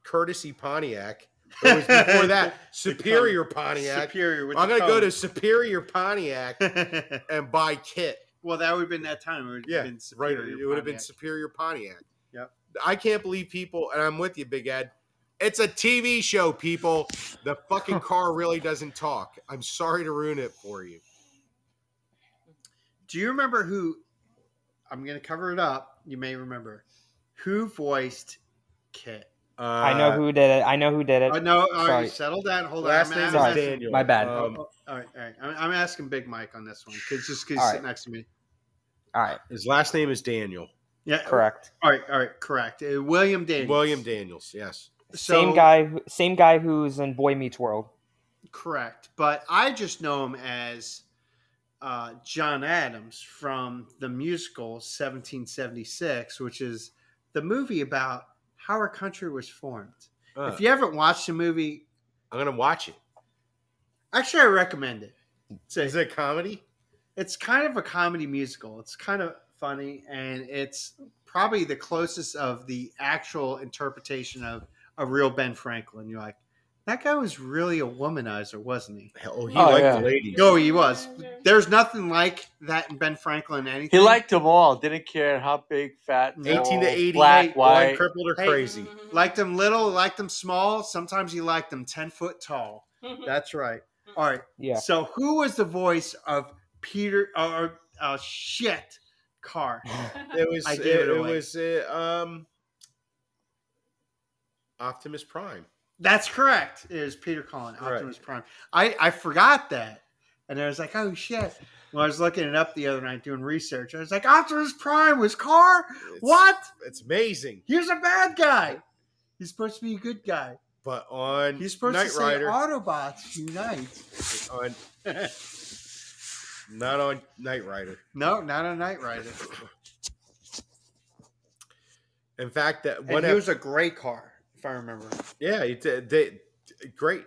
Speaker 3: Courtesy Pontiac. It was
Speaker 1: <laughs>
Speaker 3: before that Superior Pontiac.
Speaker 1: Superior. With
Speaker 3: I'm
Speaker 1: the
Speaker 3: gonna go to
Speaker 1: cone.
Speaker 3: Superior Pontiac <laughs> and buy Kit.
Speaker 1: well, that would have been that time. It would have
Speaker 3: Yeah,
Speaker 1: been
Speaker 3: Right,
Speaker 1: superior.
Speaker 3: it would have been
Speaker 1: Pontiac.
Speaker 3: Superior Pontiac.
Speaker 1: Yep.
Speaker 3: I can't believe people, and I'm with you, Big Ed. It's a TV show, people. The
Speaker 1: <laughs>
Speaker 3: fucking car really doesn't talk. I'm sorry to ruin it for you.
Speaker 1: Do you remember who? I'm gonna cover it up. You may remember who voiced Kit.
Speaker 3: Uh,
Speaker 5: I know who did it. I know who did it.
Speaker 1: Oh no! All
Speaker 5: Uh, sorry.
Speaker 1: right, settle down. Hold
Speaker 3: Last
Speaker 1: on.
Speaker 3: name
Speaker 1: I'm,
Speaker 3: is
Speaker 1: I'm
Speaker 5: Sorry.
Speaker 1: asking-
Speaker 3: Daniel.
Speaker 5: My bad.
Speaker 1: Oh,
Speaker 3: Um,
Speaker 1: oh, all right, all right. I'm, I'm asking Big Mike on this one because just because
Speaker 5: All
Speaker 1: he's
Speaker 5: right.
Speaker 1: sitting next to me.
Speaker 5: All right,
Speaker 3: his last name is Daniel.
Speaker 1: Yeah,
Speaker 5: correct.
Speaker 1: All right, all right, correct. Uh, William Daniels.
Speaker 3: William Daniels. Yes.
Speaker 1: So-
Speaker 5: same guy. who- Same guy who's in Boy Meets World.
Speaker 1: Correct, but I just know him as uh, John Adams from the musical 1776, which is the movie about how our country was formed.
Speaker 3: Uh,
Speaker 1: If you haven't watched the movie,
Speaker 3: I'm gonna watch it.
Speaker 1: actually, I recommend it. It's,
Speaker 3: Is
Speaker 1: a,
Speaker 3: it a comedy?
Speaker 1: it's kind of a comedy musical. It's kind of funny, and it's probably the closest of the actual interpretation of a real Ben Franklin. You're like, that guy was really a womanizer, wasn't he?
Speaker 3: Hell, he
Speaker 4: Oh,
Speaker 3: liked
Speaker 4: yeah.
Speaker 3: the ladies.
Speaker 1: No, he was. There's nothing like that in Ben Franklin. Anything
Speaker 4: He liked them all. Didn't care how big, fat,
Speaker 3: 18 to
Speaker 4: tall,
Speaker 3: 88,
Speaker 4: black,
Speaker 3: blind,
Speaker 4: white.
Speaker 3: crippled, or
Speaker 1: Hey.
Speaker 3: crazy.
Speaker 2: Mm-hmm. <laughs>
Speaker 1: liked them little, liked them small. Sometimes he liked them ten foot tall. That's right. All right.
Speaker 5: Yeah.
Speaker 1: So who was the voice of Peter? Or uh, shit, car.
Speaker 3: It was.
Speaker 1: I
Speaker 3: It,
Speaker 1: gave it
Speaker 3: it
Speaker 1: away.
Speaker 3: was. Uh, um, Optimus Prime.
Speaker 1: That's correct. It was Peter Cullen,
Speaker 3: Right.
Speaker 1: Optimus Prime. I I forgot that, and I was like, oh shit. When I was looking it up the other night doing research, I was like, Optimus Prime was car.
Speaker 3: It's-
Speaker 1: What?
Speaker 3: It's amazing.
Speaker 1: He's a bad guy. He's supposed to be a good guy.
Speaker 3: But on
Speaker 1: He's supposed
Speaker 3: Knight
Speaker 1: to say
Speaker 3: Rider,
Speaker 1: Autobots unite.
Speaker 3: on <laughs> not on Knight Rider.
Speaker 1: no, not a Knight Rider.
Speaker 3: In fact, that
Speaker 1: And
Speaker 3: one.
Speaker 1: he
Speaker 3: ep-
Speaker 1: was a gray car, if I remember.
Speaker 3: yeah, it, uh, they great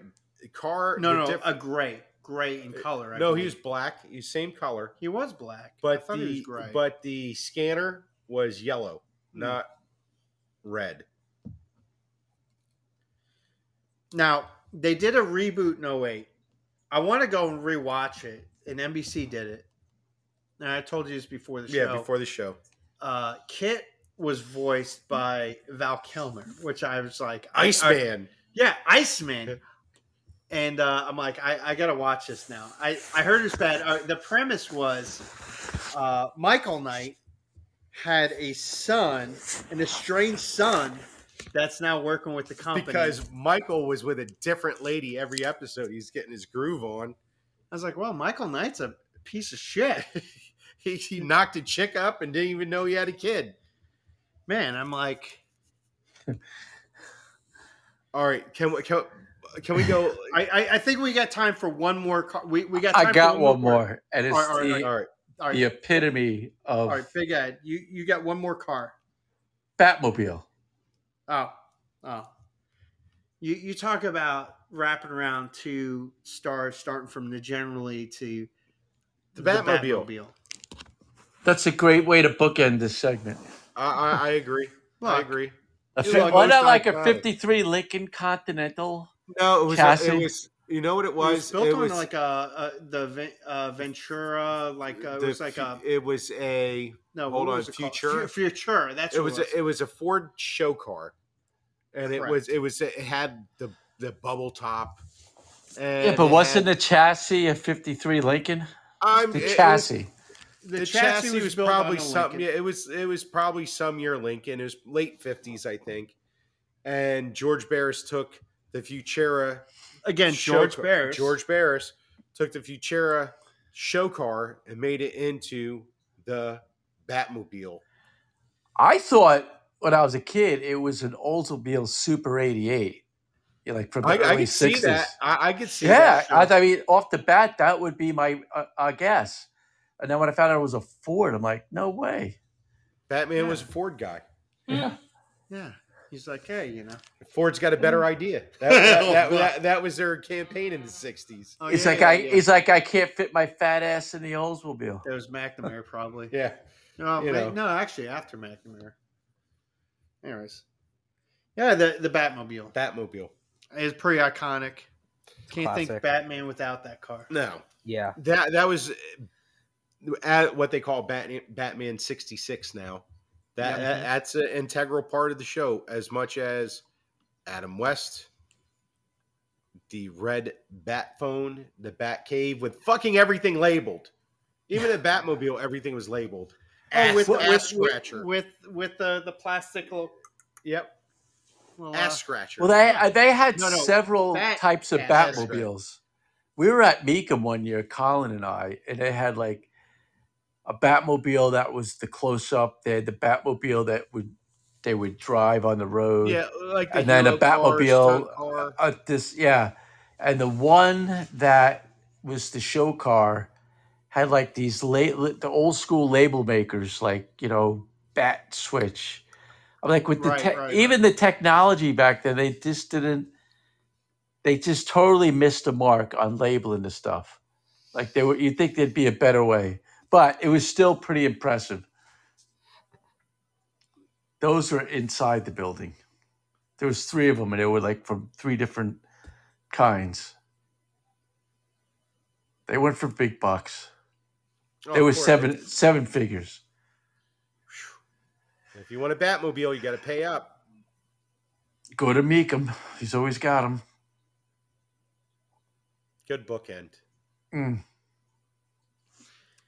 Speaker 3: car.
Speaker 1: No,
Speaker 3: the
Speaker 1: no,
Speaker 3: diff- Uh,
Speaker 1: a gray, gray in color. I
Speaker 3: no, he
Speaker 1: believe.
Speaker 3: was black. He's same color,
Speaker 1: he was black, I
Speaker 3: but
Speaker 1: thought
Speaker 3: the
Speaker 1: he was gray.
Speaker 3: but the scanner was yellow,
Speaker 1: Hmm.
Speaker 3: not red.
Speaker 1: now they did a reboot in 08. I want to go and rewatch it, and NBC did it. And I told you this before the show.
Speaker 3: Yeah, before the show.
Speaker 1: uh, Kit was voiced by Val Kilmer, which I was like, I- I-
Speaker 3: Iceman.
Speaker 1: Yeah, Iceman. And uh, I'm like, I, I gotta watch this now. I, I heard it's bad. Uh, the premise was uh, Michael Knight had a son, an estranged son, that's now working with the company.
Speaker 3: because Michael was with a different lady every episode. He's getting his groove on.
Speaker 1: I was like, well, Michael Knight's a piece of shit, <laughs>
Speaker 3: He, he knocked a chick up and didn't even know he had a kid.
Speaker 1: man. I'm like,
Speaker 3: All right, can we can, can we
Speaker 1: <laughs>
Speaker 3: go?
Speaker 1: I, I, I think we got time for one more. Car- we we got. Time
Speaker 4: I
Speaker 1: for
Speaker 4: got one more, and it's
Speaker 1: All right, all right,
Speaker 4: the,
Speaker 3: All right,
Speaker 1: All right,
Speaker 4: the epitome
Speaker 1: all
Speaker 4: of
Speaker 1: right, Big Ed, you you got one more car.
Speaker 4: Batmobile.
Speaker 1: Oh, oh. You you talk about wrapping around two stars, starting from the generally to
Speaker 3: the Batmobile.
Speaker 4: That's a great way to bookend this segment.
Speaker 3: I, I, I agree. I
Speaker 1: Look,
Speaker 3: agree.
Speaker 4: A
Speaker 3: Dude,
Speaker 4: fi-
Speaker 3: like uh,
Speaker 4: why
Speaker 3: most
Speaker 4: not like a
Speaker 3: iconic.
Speaker 4: '53 Lincoln Continental?
Speaker 3: No, it was.
Speaker 4: Cassie?
Speaker 3: It was. You know what it
Speaker 1: it was,
Speaker 3: was?
Speaker 1: built
Speaker 3: It
Speaker 1: on
Speaker 3: was
Speaker 1: like a, a the Ven- uh, Ventura, like uh, it
Speaker 3: the
Speaker 1: was like
Speaker 3: fu-
Speaker 1: a
Speaker 3: It was a.
Speaker 1: no.
Speaker 3: hold
Speaker 1: what
Speaker 3: on,
Speaker 1: was it called?
Speaker 3: Futura?
Speaker 1: Fu- Futura. That's
Speaker 3: It
Speaker 1: what
Speaker 3: was.
Speaker 1: It
Speaker 3: A, it was a Ford show car, and it
Speaker 1: Correct.
Speaker 3: was. It was. It had the the bubble top. And
Speaker 4: Yeah, but
Speaker 3: it
Speaker 4: wasn't
Speaker 3: had-
Speaker 4: the chassis a '53 Lincoln?
Speaker 3: I'm-
Speaker 4: The
Speaker 3: it- it was-
Speaker 4: chassis.
Speaker 1: the,
Speaker 3: the chassis, was,
Speaker 1: built on
Speaker 3: probably
Speaker 1: a
Speaker 3: something.
Speaker 1: Lincoln.
Speaker 3: Yeah, it was it was probably some year Lincoln. It was late fifties, I think. And George Barris took the Futura
Speaker 1: Again,
Speaker 3: show
Speaker 1: George
Speaker 3: car-
Speaker 1: Barris.
Speaker 3: George Barris took the Futura show car and made it into the Batmobile.
Speaker 4: I thought when I was a kid it was an Oldsmobile Super 88, you know, like from the
Speaker 3: I,
Speaker 4: early
Speaker 3: I could
Speaker 4: 60s.
Speaker 3: see that. I, I could see.
Speaker 4: yeah,
Speaker 3: that, sure.
Speaker 4: I, I mean, off the bat, that would be my uh, uh, guess. And then when I found out it was a Ford, I'm like, no way.
Speaker 3: Batman
Speaker 1: Yeah.
Speaker 3: was a Ford guy.
Speaker 1: Yeah, he's like, hey, you know,
Speaker 3: Ford's got a
Speaker 1: Mm-hmm.
Speaker 3: better idea.
Speaker 1: <laughs>
Speaker 3: That, that, that, that- that was their campaign in the sixties.
Speaker 1: oh,
Speaker 4: it's
Speaker 1: yeah,
Speaker 4: like
Speaker 1: yeah,
Speaker 4: I,
Speaker 1: yeah.
Speaker 4: it's like I can't fit my fat ass in the Oldsmobile.
Speaker 1: That was McNamara, probably.
Speaker 3: Yeah,
Speaker 1: No,
Speaker 3: You
Speaker 1: ma-
Speaker 3: know.
Speaker 1: Oh, no, actually, after McNamara. Anyways, yeah, the the Batmobile
Speaker 3: Batmobile.
Speaker 1: is pretty iconic. Can't think
Speaker 5: Classic.
Speaker 1: Batman without that car.
Speaker 3: No,
Speaker 5: Yeah. <laughs>
Speaker 3: that that was uh, at what they call Batman, Batman sixty six now. That,
Speaker 1: Yeah.
Speaker 3: that- that's an integral part of the show as much as Adam West, the red bat phone, the bat cave with fucking everything labeled. Even the Batmobile, everything was labeled.
Speaker 1: Oh,
Speaker 3: Ass-
Speaker 1: with
Speaker 3: ass
Speaker 1: with,
Speaker 3: scratcher.
Speaker 1: with with the the plastic little.
Speaker 3: Yep,
Speaker 1: little, uh,
Speaker 3: ass scratcher.
Speaker 4: Well, they uh, they had
Speaker 1: No, no,
Speaker 4: several
Speaker 1: Bat-
Speaker 4: types of
Speaker 1: yeah,
Speaker 3: that's right.
Speaker 4: Batmobiles. We were at Meekum one year, Colin and I, and they had like a Batmobile that was the close up. They had the Batmobile that would they would drive on the road.
Speaker 3: yeah, like the
Speaker 4: and then a
Speaker 3: hero car,
Speaker 4: Batmobile,
Speaker 3: stunt car.
Speaker 4: Uh, this yeah, and the one that was the show car had like these late the old school label makers like you know Bat Switch. I'm like with the
Speaker 1: Right,
Speaker 4: tech,
Speaker 1: right,
Speaker 4: even the technology back then, they just didn't. They just totally missed the mark on labeling the stuff. Like they were, you'd think there'd be a better way, but it was still pretty impressive. Those were inside the building. There was three of them, and they were like from three different kinds. They went for big bucks.
Speaker 3: Oh,
Speaker 4: they
Speaker 3: of
Speaker 4: were
Speaker 3: course.
Speaker 4: seven seven figures.
Speaker 3: If you want a Batmobile, you got to pay up.
Speaker 4: Go to Meekum. He's always got them.
Speaker 3: Good bookend.
Speaker 4: Mm.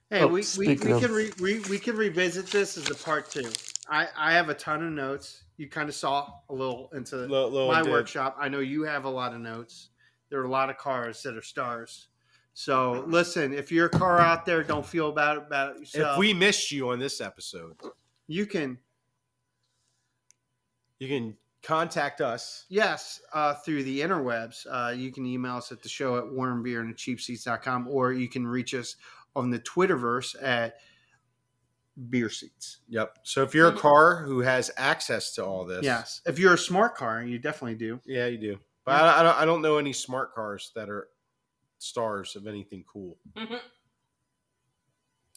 Speaker 1: Hey,
Speaker 4: Oh,
Speaker 1: we, we, we
Speaker 4: speaking of-
Speaker 1: can re, we, we can revisit this as a part two. I, I have a ton of notes. You kind of saw a little into
Speaker 3: Little- little
Speaker 1: my
Speaker 3: Oh, did.
Speaker 1: workshop. I know you have a lot of notes. There are a lot of cars that are stars. So listen, if you're a car out there, don't feel about about it yourself.
Speaker 3: if we missed you on this episode,
Speaker 1: you can
Speaker 3: you can contact us.
Speaker 1: Yes, uh, through the interwebs. Uh, you can email us at the show at warmbeerandcheapseats.com or you can reach us on the Twitterverse at Beer Seats.
Speaker 3: Yep. So if you're a car who has access to all this,
Speaker 1: Yes. If you're a smart car, you definitely do.
Speaker 3: yeah, you do. But I, I, don't, I don't know any smart cars that are stars of anything cool.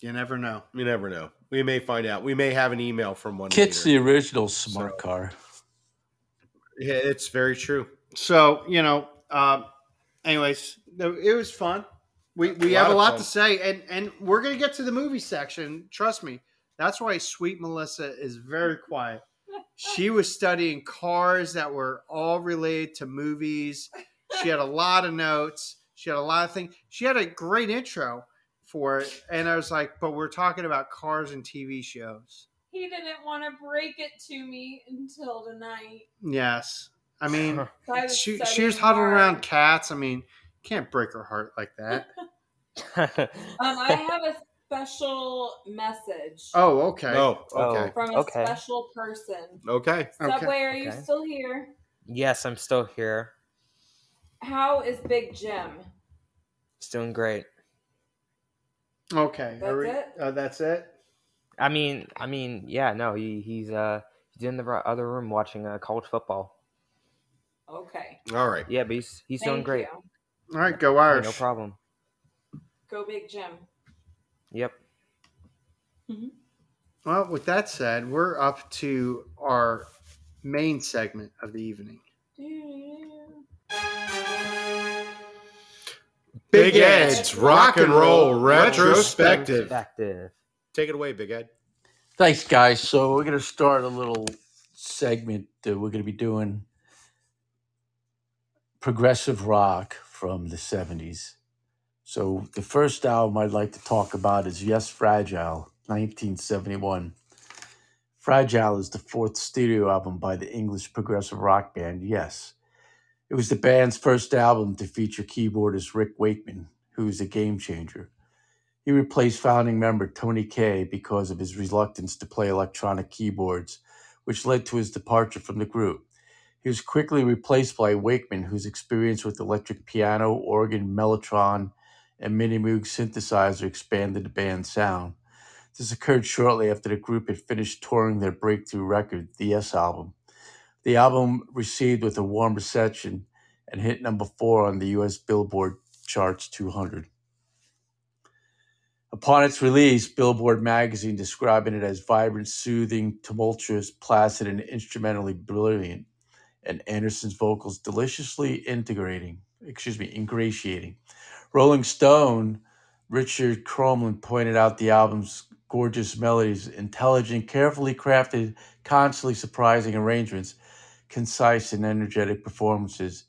Speaker 1: You never know.
Speaker 3: You never know. We may find out. We may have an email from one.
Speaker 4: Kit's
Speaker 3: later.
Speaker 4: the original smart car.
Speaker 3: Yeah, it's very true.
Speaker 1: So, you know, um, anyways, no, it was fun. We, we
Speaker 3: A lot
Speaker 1: have a
Speaker 3: of
Speaker 1: lot
Speaker 3: fun.
Speaker 1: to say, and, and we're going to get to the movie section. Trust me. That's why sweet Melissa is very quiet. She was studying cars that were all related to movies. She had a lot of notes. She had a lot of things. She had a great intro for it. And I was like, but we're talking about cars and TV shows.
Speaker 2: He didn't want to break it to me until tonight.
Speaker 1: Yes. I mean,
Speaker 2: So I was
Speaker 1: she, she
Speaker 2: studying
Speaker 1: was huddling
Speaker 2: hard.
Speaker 1: around cats. I mean, can't break her heart like
Speaker 2: <laughs>
Speaker 1: that.
Speaker 2: Um,
Speaker 1: <laughs>
Speaker 2: I have a special message
Speaker 1: Oh, okay.
Speaker 3: Oh, okay,
Speaker 2: from a
Speaker 5: okay.
Speaker 2: special person.
Speaker 5: Oh.
Speaker 3: okay.
Speaker 1: Okay.
Speaker 2: Subway, are you
Speaker 5: Okay.
Speaker 2: still here?
Speaker 5: yes, I'm still here.
Speaker 2: How is Big Jim?
Speaker 5: It's doing great.
Speaker 1: Okay.
Speaker 2: That's
Speaker 1: Are we-
Speaker 2: it?
Speaker 1: Uh, that's it.
Speaker 5: I mean, I mean, yeah, no, he, he's uh he's in the ro- other room watching uh, college football.
Speaker 2: Okay.
Speaker 3: All right.
Speaker 5: Yeah, but he's he's doing
Speaker 2: Thank
Speaker 5: great.
Speaker 2: you.
Speaker 1: All right. Go
Speaker 5: Hey,
Speaker 1: Irish.
Speaker 5: no problem.
Speaker 2: Go Big Jim.
Speaker 5: Yep.
Speaker 1: Well, with that said, we're up to our main segment of the evening.
Speaker 3: Big,
Speaker 1: Big
Speaker 3: Ed's,
Speaker 2: Ed's
Speaker 3: rock and roll retrospective.
Speaker 5: Perspective.
Speaker 3: Take it away, Big Ed.
Speaker 4: Thanks, guys. So we're gonna start a little segment that we're gonna be doing progressive rock from the '70s. So the first album I'd like to talk about is Yes, Fragile, 1971. Fragile is the fourth studio album by the English progressive rock band Yes. It was the band's first album to feature keyboardist Rick Wakeman, who is a game changer. He replaced founding member Tony Kaye because of his reluctance to play electronic keyboards, which led to his departure from the group. He was quickly replaced by Wakeman, whose experience with electric piano, organ, mellotron, and Minimoog synthesizer expanded the band's sound. This occurred shortly after the group had finished touring their breakthrough record, the Yes album. The album received with a warm reception and hit number four on the US Billboard charts 200. Upon its release, Billboard magazine describing it as vibrant, soothing, tumultuous, placid, and instrumentally brilliant, and Anderson's vocals deliciously integrating, excuse me, ingratiating. Rolling Stone, Richard Cromlin pointed out the album's gorgeous melodies, intelligent, carefully crafted, constantly surprising arrangements, concise and energetic performances,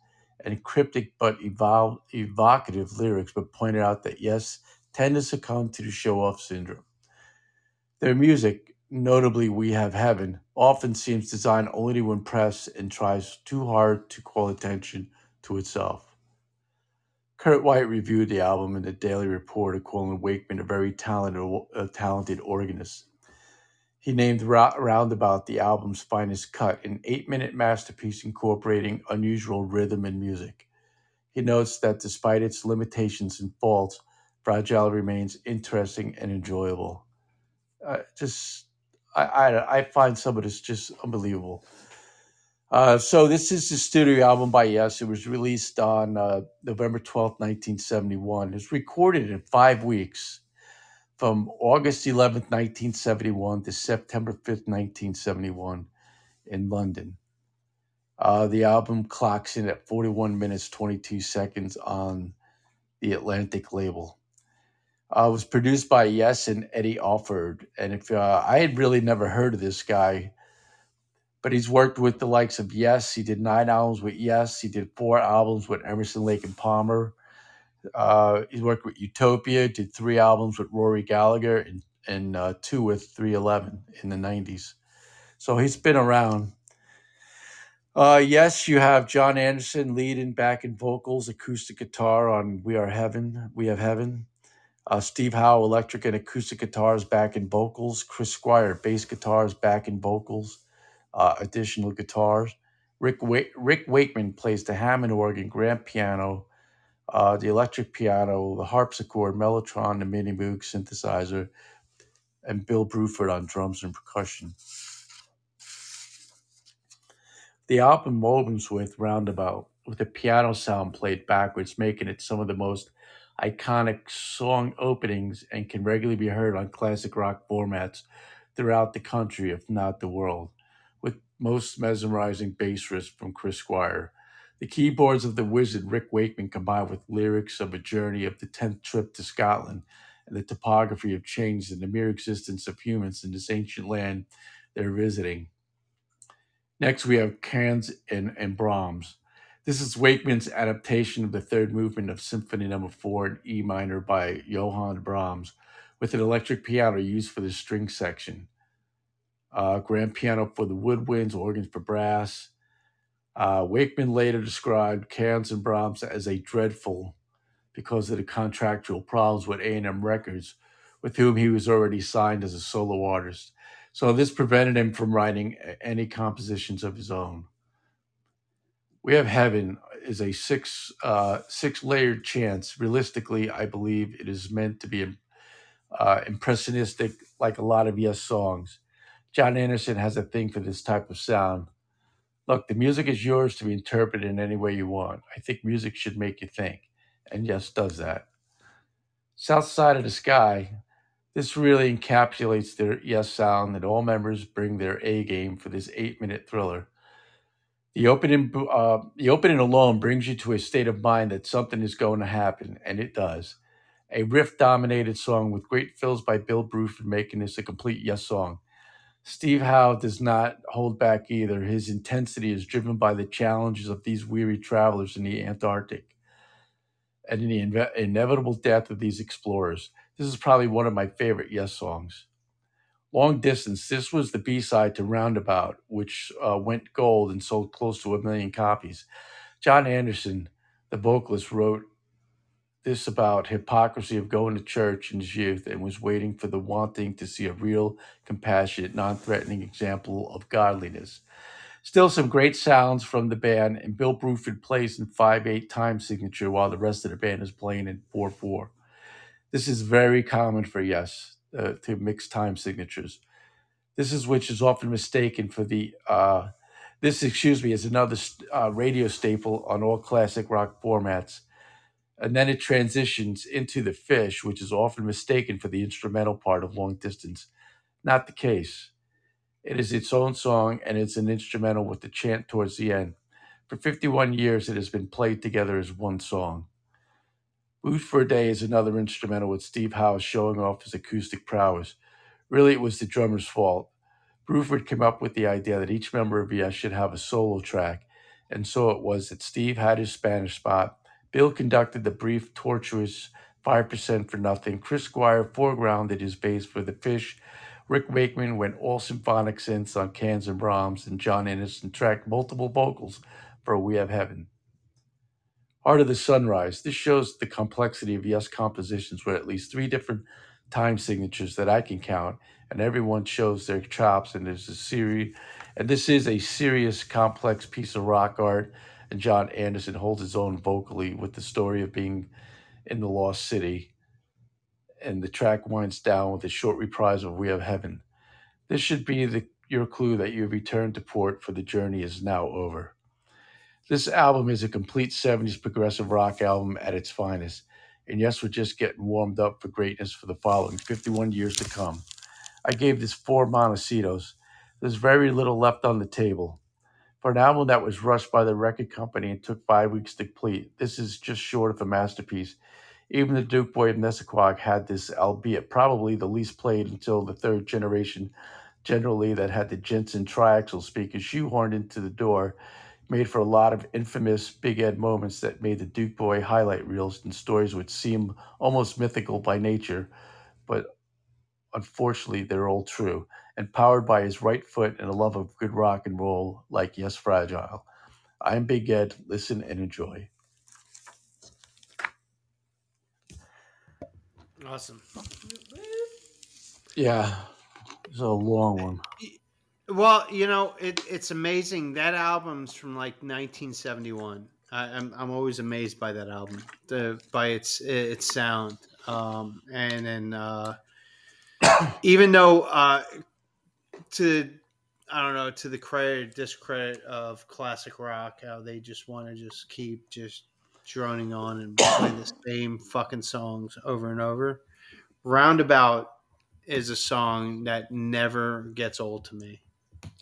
Speaker 4: and cryptic but evol- evocative lyrics, but pointed out that yes, tend to succumb to the show off syndrome. Their music, notably We Have Heaven, often seems designed only to impress and tries too hard to call attention to itself. Kurt White reviewed the album in the Daily Reporter, calling Wakeman a very talented, a talented organist. He named Ra- Roundabout the album's finest cut, an eight minute masterpiece incorporating unusual rhythm and music. He notes that despite its limitations and faults, Fragile remains interesting and enjoyable. Uh, just, I, I, I find some of this just unbelievable. Uh, so this is the studio album by Yes. It was released on uh, November twelfth, nineteen seventy one. It's recorded in five weeks, from August eleventh, nineteen seventy one, to September fifth, nineteen seventy one, in London. Uh, the album clocks in at forty one minutes twenty two seconds on the Atlantic label. Uh, it was produced by Yes and Eddie Alford, and if uh, I had really never heard of this guy but he's worked with the likes of Yes. He did nine albums with Yes. He did four albums with Emerson, Lake, and Palmer. Uh, he's worked with Utopia. Did three albums with Rory Gallagher and and uh, two with 311 in the 90s. So he's been around. Uh, yes, you have John Anderson lead and back and vocals, acoustic guitar on "We Are Heaven." We have heaven. Uh, Steve Howe, electric and acoustic guitars, back and vocals. Chris Squire, bass guitars, back and vocals, uh, additional guitars. Rick, Wa- Rick Wakeman plays the Hammond organ, grand piano, uh, the electric piano, the harpsichord, mellotron, the mini moog synthesizer, and Bill Bruford on drums and percussion. The album opens with Roundabout, with a piano sound played backwards, making it some of the most iconic song openings and can regularly be heard on classic rock formats throughout the country, if not the world, with most mesmerizing bass riffs from Chris Squire. The keyboards of the wizard Rick Wakeman combined with lyrics of a journey of the 10th trip to Scotland and the topography of change and the mere existence of humans in this ancient land they're visiting. Next, we have Cans and, and Brahms. This is Wakeman's adaptation of the third movement of Symphony Number Four in E minor by Johann Brahms, with an electric piano used for the string section, uh, grand piano for the woodwinds, organs for brass. Uh, Wakeman later described Cans and Brahms as a dreadful because of the contractual problems with A&M Records, with whom he was already signed as a solo artist. So this prevented him from writing a- any compositions of his own. We Have Heaven is a six uh, six layered chance. Realistically, I believe it is meant to be uh, impressionistic, like a lot of Yes songs. John Anderson has a thing for this type of sound. Look, the music is yours to be interpreted in any way you want. I think music should make you think, and Yes does that. South Side of the Sky, this really encapsulates their yes sound that all members bring their A game for this eight minute thriller. The opening, uh, the opening alone brings you to a state of mind that something is going to happen, and it does. A riff dominated song with great fills by Bill Bruford making this a complete yes song. Steve Howe does not hold back either. His intensity is driven by the challenges of these weary travelers in the Antarctic and in the inve- inevitable death of these explorers. This is probably one of my favorite Yes songs. Long Distance, this was the B side to Roundabout, which uh, went gold and sold close to a million copies. John Anderson, the vocalist, wrote this about hypocrisy of going to church in his youth and was waiting for the wanting to see a real, compassionate, non threatening example of godliness. Still some great sounds from the band, and Bill Bruford plays in 5 8 time signature while the rest of the band is playing in 4 4. This is very common for Yes uh, to mix time signatures. This is which is often mistaken for the. Uh, this, excuse me, is another st- uh, radio staple on all classic rock formats. and then it transitions into the fish, which is often mistaken for the instrumental part of long distance. Not the case. It is its own song and it's an instrumental with the chant towards the end. For 51 years, it has been played together as one song. Boots for a Day is another instrumental with Steve Howe showing off his acoustic prowess. Really, it was the drummer's fault. Bruford came up with the idea that each member of Yes should have a solo track, and so it was that Steve had his Spanish spot. Bill conducted the brief, tortuous 5% for nothing. Chris Squire foregrounded his bass for the fish. Rick Wakeman went all symphonic synths on cans and Brahms, and John Anderson tracked multiple vocals for We Have Heaven. Art of the Sunrise. This shows the complexity of Yes compositions with at least three different time signatures that I can count, and everyone shows their chops. And there's a series, and this is a serious, complex piece of rock art. And John Anderson holds his own vocally with the story of being in the lost city. And the track winds down with a short reprise of "We Have Heaven." This should be the, your clue that you've returned to port, for the journey is now over. This album is a complete 70s progressive rock album at its finest. And yes, we're just getting warmed up for greatness for the following 51 years to come. I gave this four Montecitos. There's very little left on the table. For an album that was rushed by the record company and took five weeks to complete, this is just short of a masterpiece. Even the Duke Boy of Nessaquag had this, albeit probably the least played until the third generation, generally that had the Jensen triaxial speakers shoehorned into the door made for a lot of infamous Big Ed moments that made the Duke Boy highlight reels and stories which seem almost mythical by nature, but unfortunately they're all true. And powered by his right foot and a love of good rock and roll, like Yes Fragile. I'm Big Ed. Listen and enjoy.
Speaker 1: Awesome.
Speaker 4: Yeah, it's a long one.
Speaker 1: Well, you know, it, it's amazing. That album's from like 1971. I, I'm I'm always amazed by that album, the by its its sound. Um, and then uh, <coughs> even though uh, to I don't know to the credit or discredit of classic rock, how they just want to just keep just droning on and <coughs> playing the same fucking songs over and over. Roundabout is a song that never gets old to me.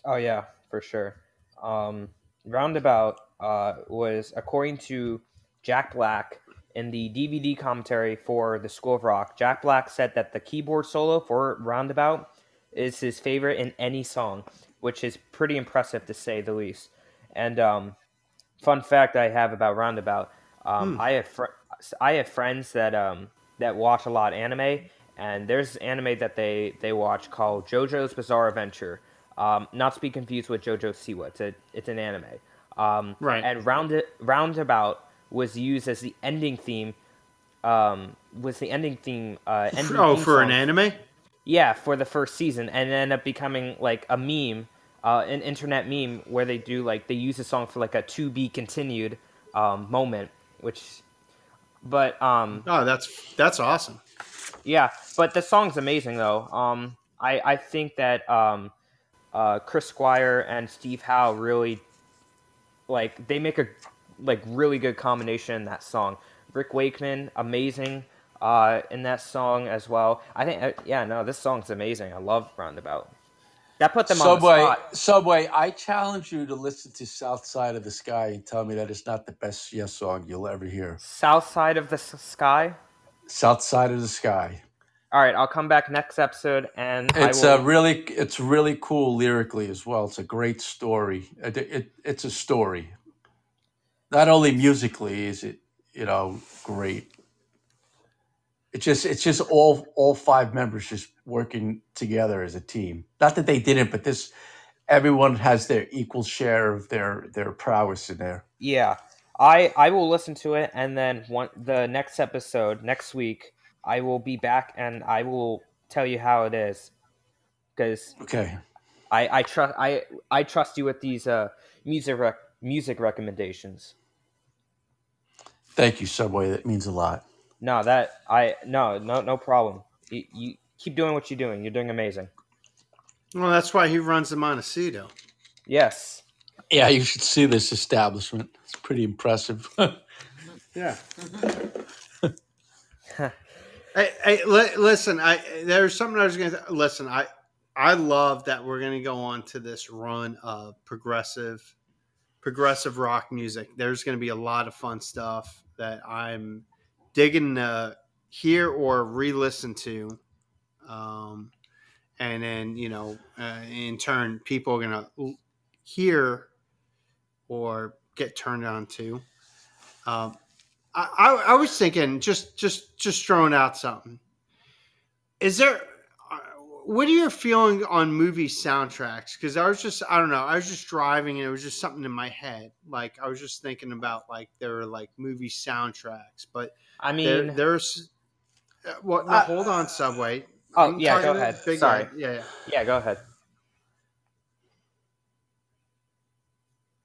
Speaker 5: Oh yeah, for sure. Um, Roundabout uh, was, according to Jack Black in the DVD commentary for The School of Rock, Jack Black said that the keyboard solo for Roundabout is his favorite in any song, which is pretty impressive to say the least. And um, fun fact I have about Roundabout, um,
Speaker 1: Hmm.
Speaker 5: I have fr- I have friends that um, that watch a lot of anime, and there's anime that they they watch called JoJo's Bizarre Adventure. Um, not to be confused with JoJo Siwa. It's a, it's an anime. Um,
Speaker 1: Right.
Speaker 5: And round roundabout was used as the ending theme. Um, was the ending theme? Uh, ending
Speaker 1: oh,
Speaker 5: theme
Speaker 1: for an
Speaker 5: song
Speaker 1: anime?
Speaker 5: yeah, for the first season, and it ended up becoming like a meme, uh, an internet meme where they do like they use the song for like a to be continued um, moment, which, but um,
Speaker 1: Oh, that's that's awesome.
Speaker 5: yeah, but the song's amazing though. Um, I I think that um, uh, Chris Squire and Steve Howe really like they make a like really good combination in that song. Rick Wakeman, amazing uh, in that song as well. I think uh, yeah, no, this song's amazing. I love Roundabout. That put them on the
Speaker 4: Subway,
Speaker 5: spot.
Speaker 4: Subway, I challenge you to listen to South Side of the Sky and tell me that it's not the best Yes song you'll ever hear.
Speaker 5: South Side of the S- Sky.
Speaker 4: South Side of the Sky.
Speaker 5: All right, I'll come back next episode and I
Speaker 4: It's
Speaker 5: will.
Speaker 4: a really, it's really cool lyrically as well. It's a great story. It, it, it's a story. Not only musically is it, you know, great. It's just, it's just all, all five members just working together as a team. Not that they didn't, but this, everyone has their equal share of their, their prowess in there.
Speaker 5: Yeah, I I will listen to it, and then one the next episode next week, I will be back and I will tell you how it is because
Speaker 4: Okay.
Speaker 5: I I trust I I trust you with these uh music rec- music recommendations.
Speaker 4: Thank you, Subway. That means a lot.
Speaker 5: No, that I no no no problem. You, you keep doing what you're doing. You're doing amazing.
Speaker 1: Well, that's why he runs the Montecito.
Speaker 5: Yes.
Speaker 4: Yeah, you should see this establishment. It's pretty impressive.
Speaker 3: Yeah.
Speaker 1: Hey, hey, li- listen, I there's something I was going to listen. I I love that we're going to go on to this run of progressive progressive rock music. There's going to be a lot of fun stuff that I'm digging to hear or re-listen to, um, and then you know, uh, in turn, people are going to hear or get turned on to. Um, I, I I was thinking just just just throwing out something. Is there uh, what are your feeling on movie soundtracks? Because I was just I don't know I was just driving and it was just something in my head. Like I was just thinking about like there are like movie soundtracks, but
Speaker 5: I mean,
Speaker 1: there, there's uh, well no,
Speaker 5: Uh,
Speaker 1: hold on Subway.
Speaker 5: oh,
Speaker 1: I'm
Speaker 5: yeah,
Speaker 1: talking
Speaker 5: go
Speaker 1: to
Speaker 5: ahead.
Speaker 1: Big
Speaker 5: Sorry.
Speaker 1: guy. yeah, yeah.
Speaker 5: yeah, go ahead.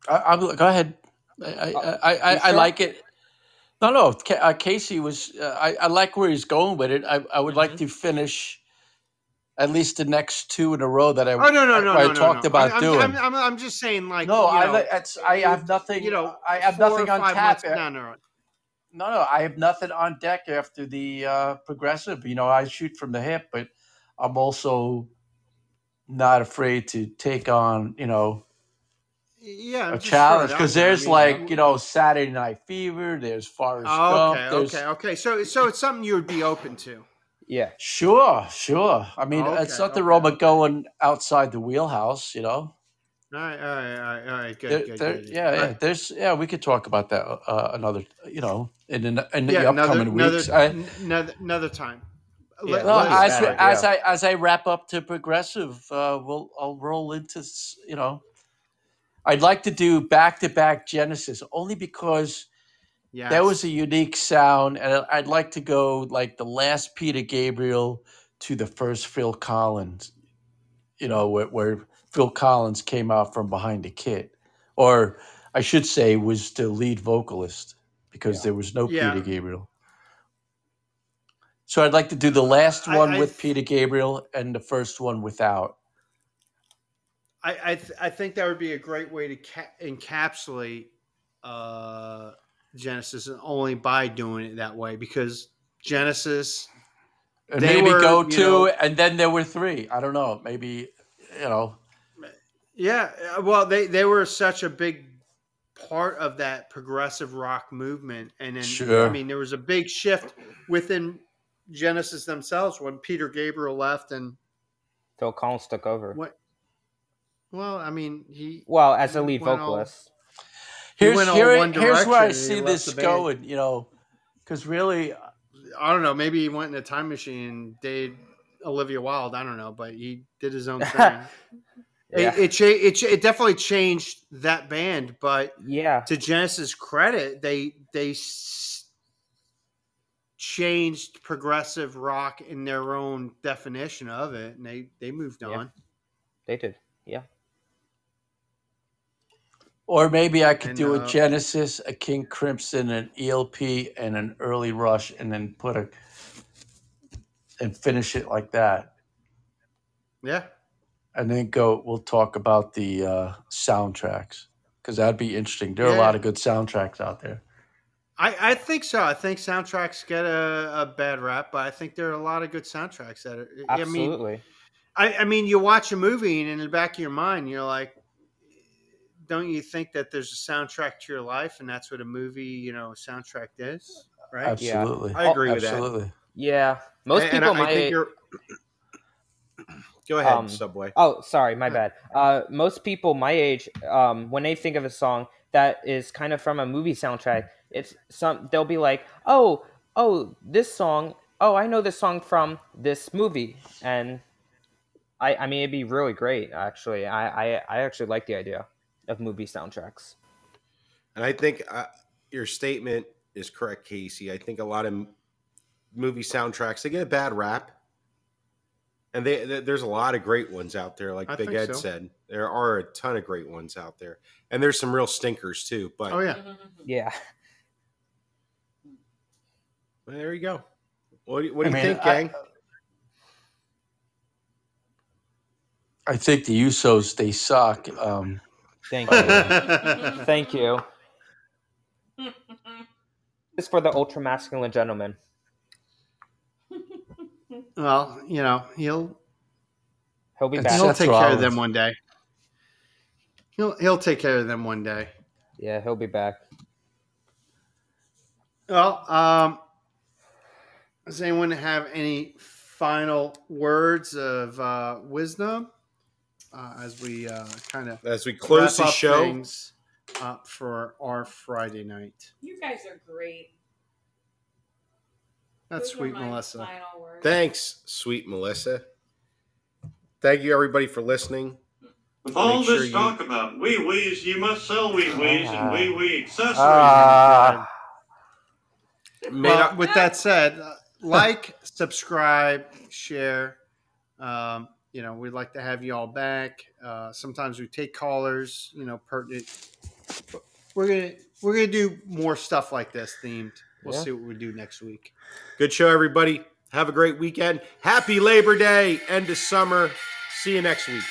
Speaker 4: I, I'm, go ahead. I I,
Speaker 1: Uh,
Speaker 4: I, I,
Speaker 5: you
Speaker 4: I
Speaker 5: sure?
Speaker 4: like it. No, no. Ca- uh, Casey was. Uh, I, I like where he's going with it. I, I would like
Speaker 1: Mm-hmm.
Speaker 4: to finish at least the next two in a row that I,
Speaker 1: Oh no no
Speaker 4: I,
Speaker 1: no
Speaker 4: I
Speaker 1: no no
Speaker 4: talked
Speaker 1: no.
Speaker 4: about
Speaker 1: I'm,
Speaker 4: doing.
Speaker 1: I'm, I'm, I'm just saying like
Speaker 4: no,
Speaker 1: you
Speaker 4: I,
Speaker 1: know,
Speaker 4: li- it's, I have nothing.
Speaker 1: you know
Speaker 4: I have
Speaker 1: four
Speaker 4: nothing
Speaker 1: or
Speaker 4: on
Speaker 1: five
Speaker 4: tap.
Speaker 1: months
Speaker 4: uh,
Speaker 1: down the road.
Speaker 4: No, no, I have nothing on deck after the uh, progressive. You know, I shoot from the hip, but I'm also not afraid to take on. You know,
Speaker 1: Yeah,
Speaker 4: a
Speaker 1: I'm just throwing
Speaker 4: challenge
Speaker 1: it
Speaker 4: because
Speaker 1: out there. I
Speaker 4: there's
Speaker 1: mean,
Speaker 4: like
Speaker 1: w-
Speaker 4: you know Saturday Night Fever, there's Forrest
Speaker 1: Oh,
Speaker 4: Gump,
Speaker 1: okay,
Speaker 4: there's
Speaker 1: okay, okay. So, so it's something you would be open to.
Speaker 5: Yeah.
Speaker 4: sure, sure. I mean,
Speaker 1: Oh,
Speaker 4: it's
Speaker 1: okay, okay,
Speaker 4: nothing wrong with
Speaker 1: okay.
Speaker 4: going outside the wheelhouse, you know.
Speaker 1: All right, all right, all right, all right. Good,
Speaker 4: There,
Speaker 1: good,
Speaker 4: there,
Speaker 1: good, good.
Speaker 4: yeah,
Speaker 1: All
Speaker 4: yeah.
Speaker 1: right.
Speaker 4: There's, yeah. We could talk about that uh, another, you know, in the, in the
Speaker 1: Yeah, another,
Speaker 4: upcoming
Speaker 1: another,
Speaker 4: weeks. I,
Speaker 1: n- another, another time.
Speaker 5: Yeah,
Speaker 1: Let,
Speaker 4: well,
Speaker 1: let
Speaker 5: let's do
Speaker 1: us
Speaker 4: as
Speaker 5: that.
Speaker 4: we,
Speaker 1: break.
Speaker 4: as
Speaker 5: Yeah.
Speaker 4: I as I wrap up to progressive, uh, we'll I'll roll into, s- you know, I'd like to do back to back Genesis only because that was a
Speaker 1: Yes.
Speaker 4: unique sound and I- i'd like to go like the last peter gabriel to the first phil collins you know where, where phil collins came out from behind the kit or i should say was the lead vocalist because
Speaker 5: Yeah.
Speaker 4: there was no peter
Speaker 1: Yeah.
Speaker 4: gabriel so i'd like to do the last
Speaker 1: Uh, I,
Speaker 4: one
Speaker 1: I,
Speaker 4: with
Speaker 1: th-
Speaker 4: peter gabriel and the first one without
Speaker 1: I, I, th- I think that would be a great way to ca- encapsulate uh, Genesis, and only by doing it that way, because Genesis,
Speaker 4: and
Speaker 1: they
Speaker 4: maybe
Speaker 1: were,
Speaker 4: go
Speaker 1: you know,
Speaker 4: two and then there were three i don't know maybe you know
Speaker 1: Yeah, uh, well, they they were such a big part of that progressive rock movement, and then I
Speaker 4: sure
Speaker 1: mean, there was a big shift within Genesis themselves when Peter Gabriel left, and
Speaker 5: Phil Collins took over.
Speaker 1: what? Well, I mean, he
Speaker 5: Well, as a
Speaker 1: he
Speaker 5: lead
Speaker 1: went all
Speaker 5: vocalist.
Speaker 1: he
Speaker 4: here's
Speaker 1: went all
Speaker 4: here
Speaker 1: one
Speaker 4: here's where i
Speaker 1: direction, and he
Speaker 4: see
Speaker 1: left the
Speaker 4: this
Speaker 1: band.
Speaker 4: going you know because really
Speaker 1: I don't know. Maybe he went in a time machine and dated Olivia Wilde. I don't know, but he did his own thing. It
Speaker 5: yeah.
Speaker 1: it cha- it, cha- it definitely changed that band, but
Speaker 5: Yeah.
Speaker 1: to Genesis' credit, they they s- changed progressive rock in their own definition of it, and they they moved
Speaker 5: Yeah.
Speaker 1: on.
Speaker 5: They did. Yeah.
Speaker 4: Or maybe I could
Speaker 1: And
Speaker 4: do a
Speaker 1: uh,
Speaker 4: Genesis, a King Crimson, an ELP, and an early Rush, and then put a and finish it like that,
Speaker 1: yeah,
Speaker 4: and then go. We'll talk about the uh, soundtracks because that'd be interesting. There are a
Speaker 1: yeah,
Speaker 4: lot
Speaker 1: yeah.
Speaker 4: of good soundtracks out there.
Speaker 1: I, I think so. I think soundtracks get a, a bad rap, but I think there are a lot of good soundtracks that are. I mean,
Speaker 5: Absolutely.
Speaker 1: I, I mean, you watch a movie, and in the back of your mind, you're like, don't you think that there's a soundtrack to your life, and that's what a movie, you know, soundtrack is, right?
Speaker 5: Yeah.
Speaker 4: Absolutely,
Speaker 1: I
Speaker 5: Oh,
Speaker 1: agree with that,
Speaker 4: absolutely.
Speaker 5: yeah.
Speaker 1: and,
Speaker 5: Most
Speaker 1: and
Speaker 5: people
Speaker 1: I, I
Speaker 5: my
Speaker 1: think
Speaker 5: age <clears throat>
Speaker 1: you're.
Speaker 3: Go ahead,
Speaker 5: um
Speaker 3: Subway.
Speaker 5: oh sorry my
Speaker 1: Go ahead.
Speaker 5: bad uh most people my age um when they think of a song that is kind of from a movie soundtrack it's some they'll be like oh oh this song oh i know this song from this movie and i i mean it'd be really great actually i i, I actually like the idea of movie soundtracks
Speaker 3: And I think uh, your statement is correct, Casey. I think a lot of m- movie soundtracks they get a bad rap, and they, th there's a lot of great ones out there. Like
Speaker 1: I
Speaker 3: Big
Speaker 1: think
Speaker 3: Ed
Speaker 1: so.
Speaker 3: said, there are a ton of great ones out there, and there's some real stinkers too. But
Speaker 1: Oh yeah.
Speaker 2: Mm-hmm.
Speaker 5: yeah <laughs>
Speaker 3: well, there you go. What do you, what
Speaker 4: I
Speaker 3: do you
Speaker 4: mean,
Speaker 3: think,
Speaker 4: I
Speaker 3: gang?
Speaker 4: I think the Usos they suck. Um,
Speaker 1: <laughs>
Speaker 5: thank
Speaker 4: by the
Speaker 5: you
Speaker 4: way,
Speaker 5: thank you This for the ultra masculine gentleman.
Speaker 1: Well, you know, he'll
Speaker 5: He'll be
Speaker 4: And
Speaker 5: back.
Speaker 1: he'll
Speaker 4: Seth
Speaker 1: take care of
Speaker 4: Rollins.
Speaker 1: them one day. He'll he'll take care of them one day.
Speaker 5: Yeah, he'll be back.
Speaker 1: Well, um, does anyone have any final words of uh, wisdom uh, as we uh, kind of
Speaker 3: As we close the
Speaker 1: wrap up
Speaker 3: show,
Speaker 1: things up for our Friday night?
Speaker 2: You guys are great.
Speaker 1: That's
Speaker 2: Those
Speaker 1: sweet,
Speaker 2: are my
Speaker 1: Melissa.
Speaker 2: Final words.
Speaker 3: thanks, sweet Melissa. Thank you, everybody, for listening.
Speaker 8: With all
Speaker 3: Make sure
Speaker 8: this
Speaker 3: you-
Speaker 8: talk about wee wees, you must sell wee wees and
Speaker 5: Ah.
Speaker 8: wee wee accessories.
Speaker 5: Ah.
Speaker 3: Made
Speaker 1: Well,
Speaker 3: up-
Speaker 1: with that said, uh, like, subscribe, share. Um, you know, we'd like to have you all back. Uh, sometimes we take callers. You know, pertinent. but We're gonna we're gonna do more stuff like this themed. We'll
Speaker 5: Yeah.
Speaker 1: see what we do next week.
Speaker 3: Good show, everybody. Have a great weekend. Happy Labor Day, end of summer. See you next week.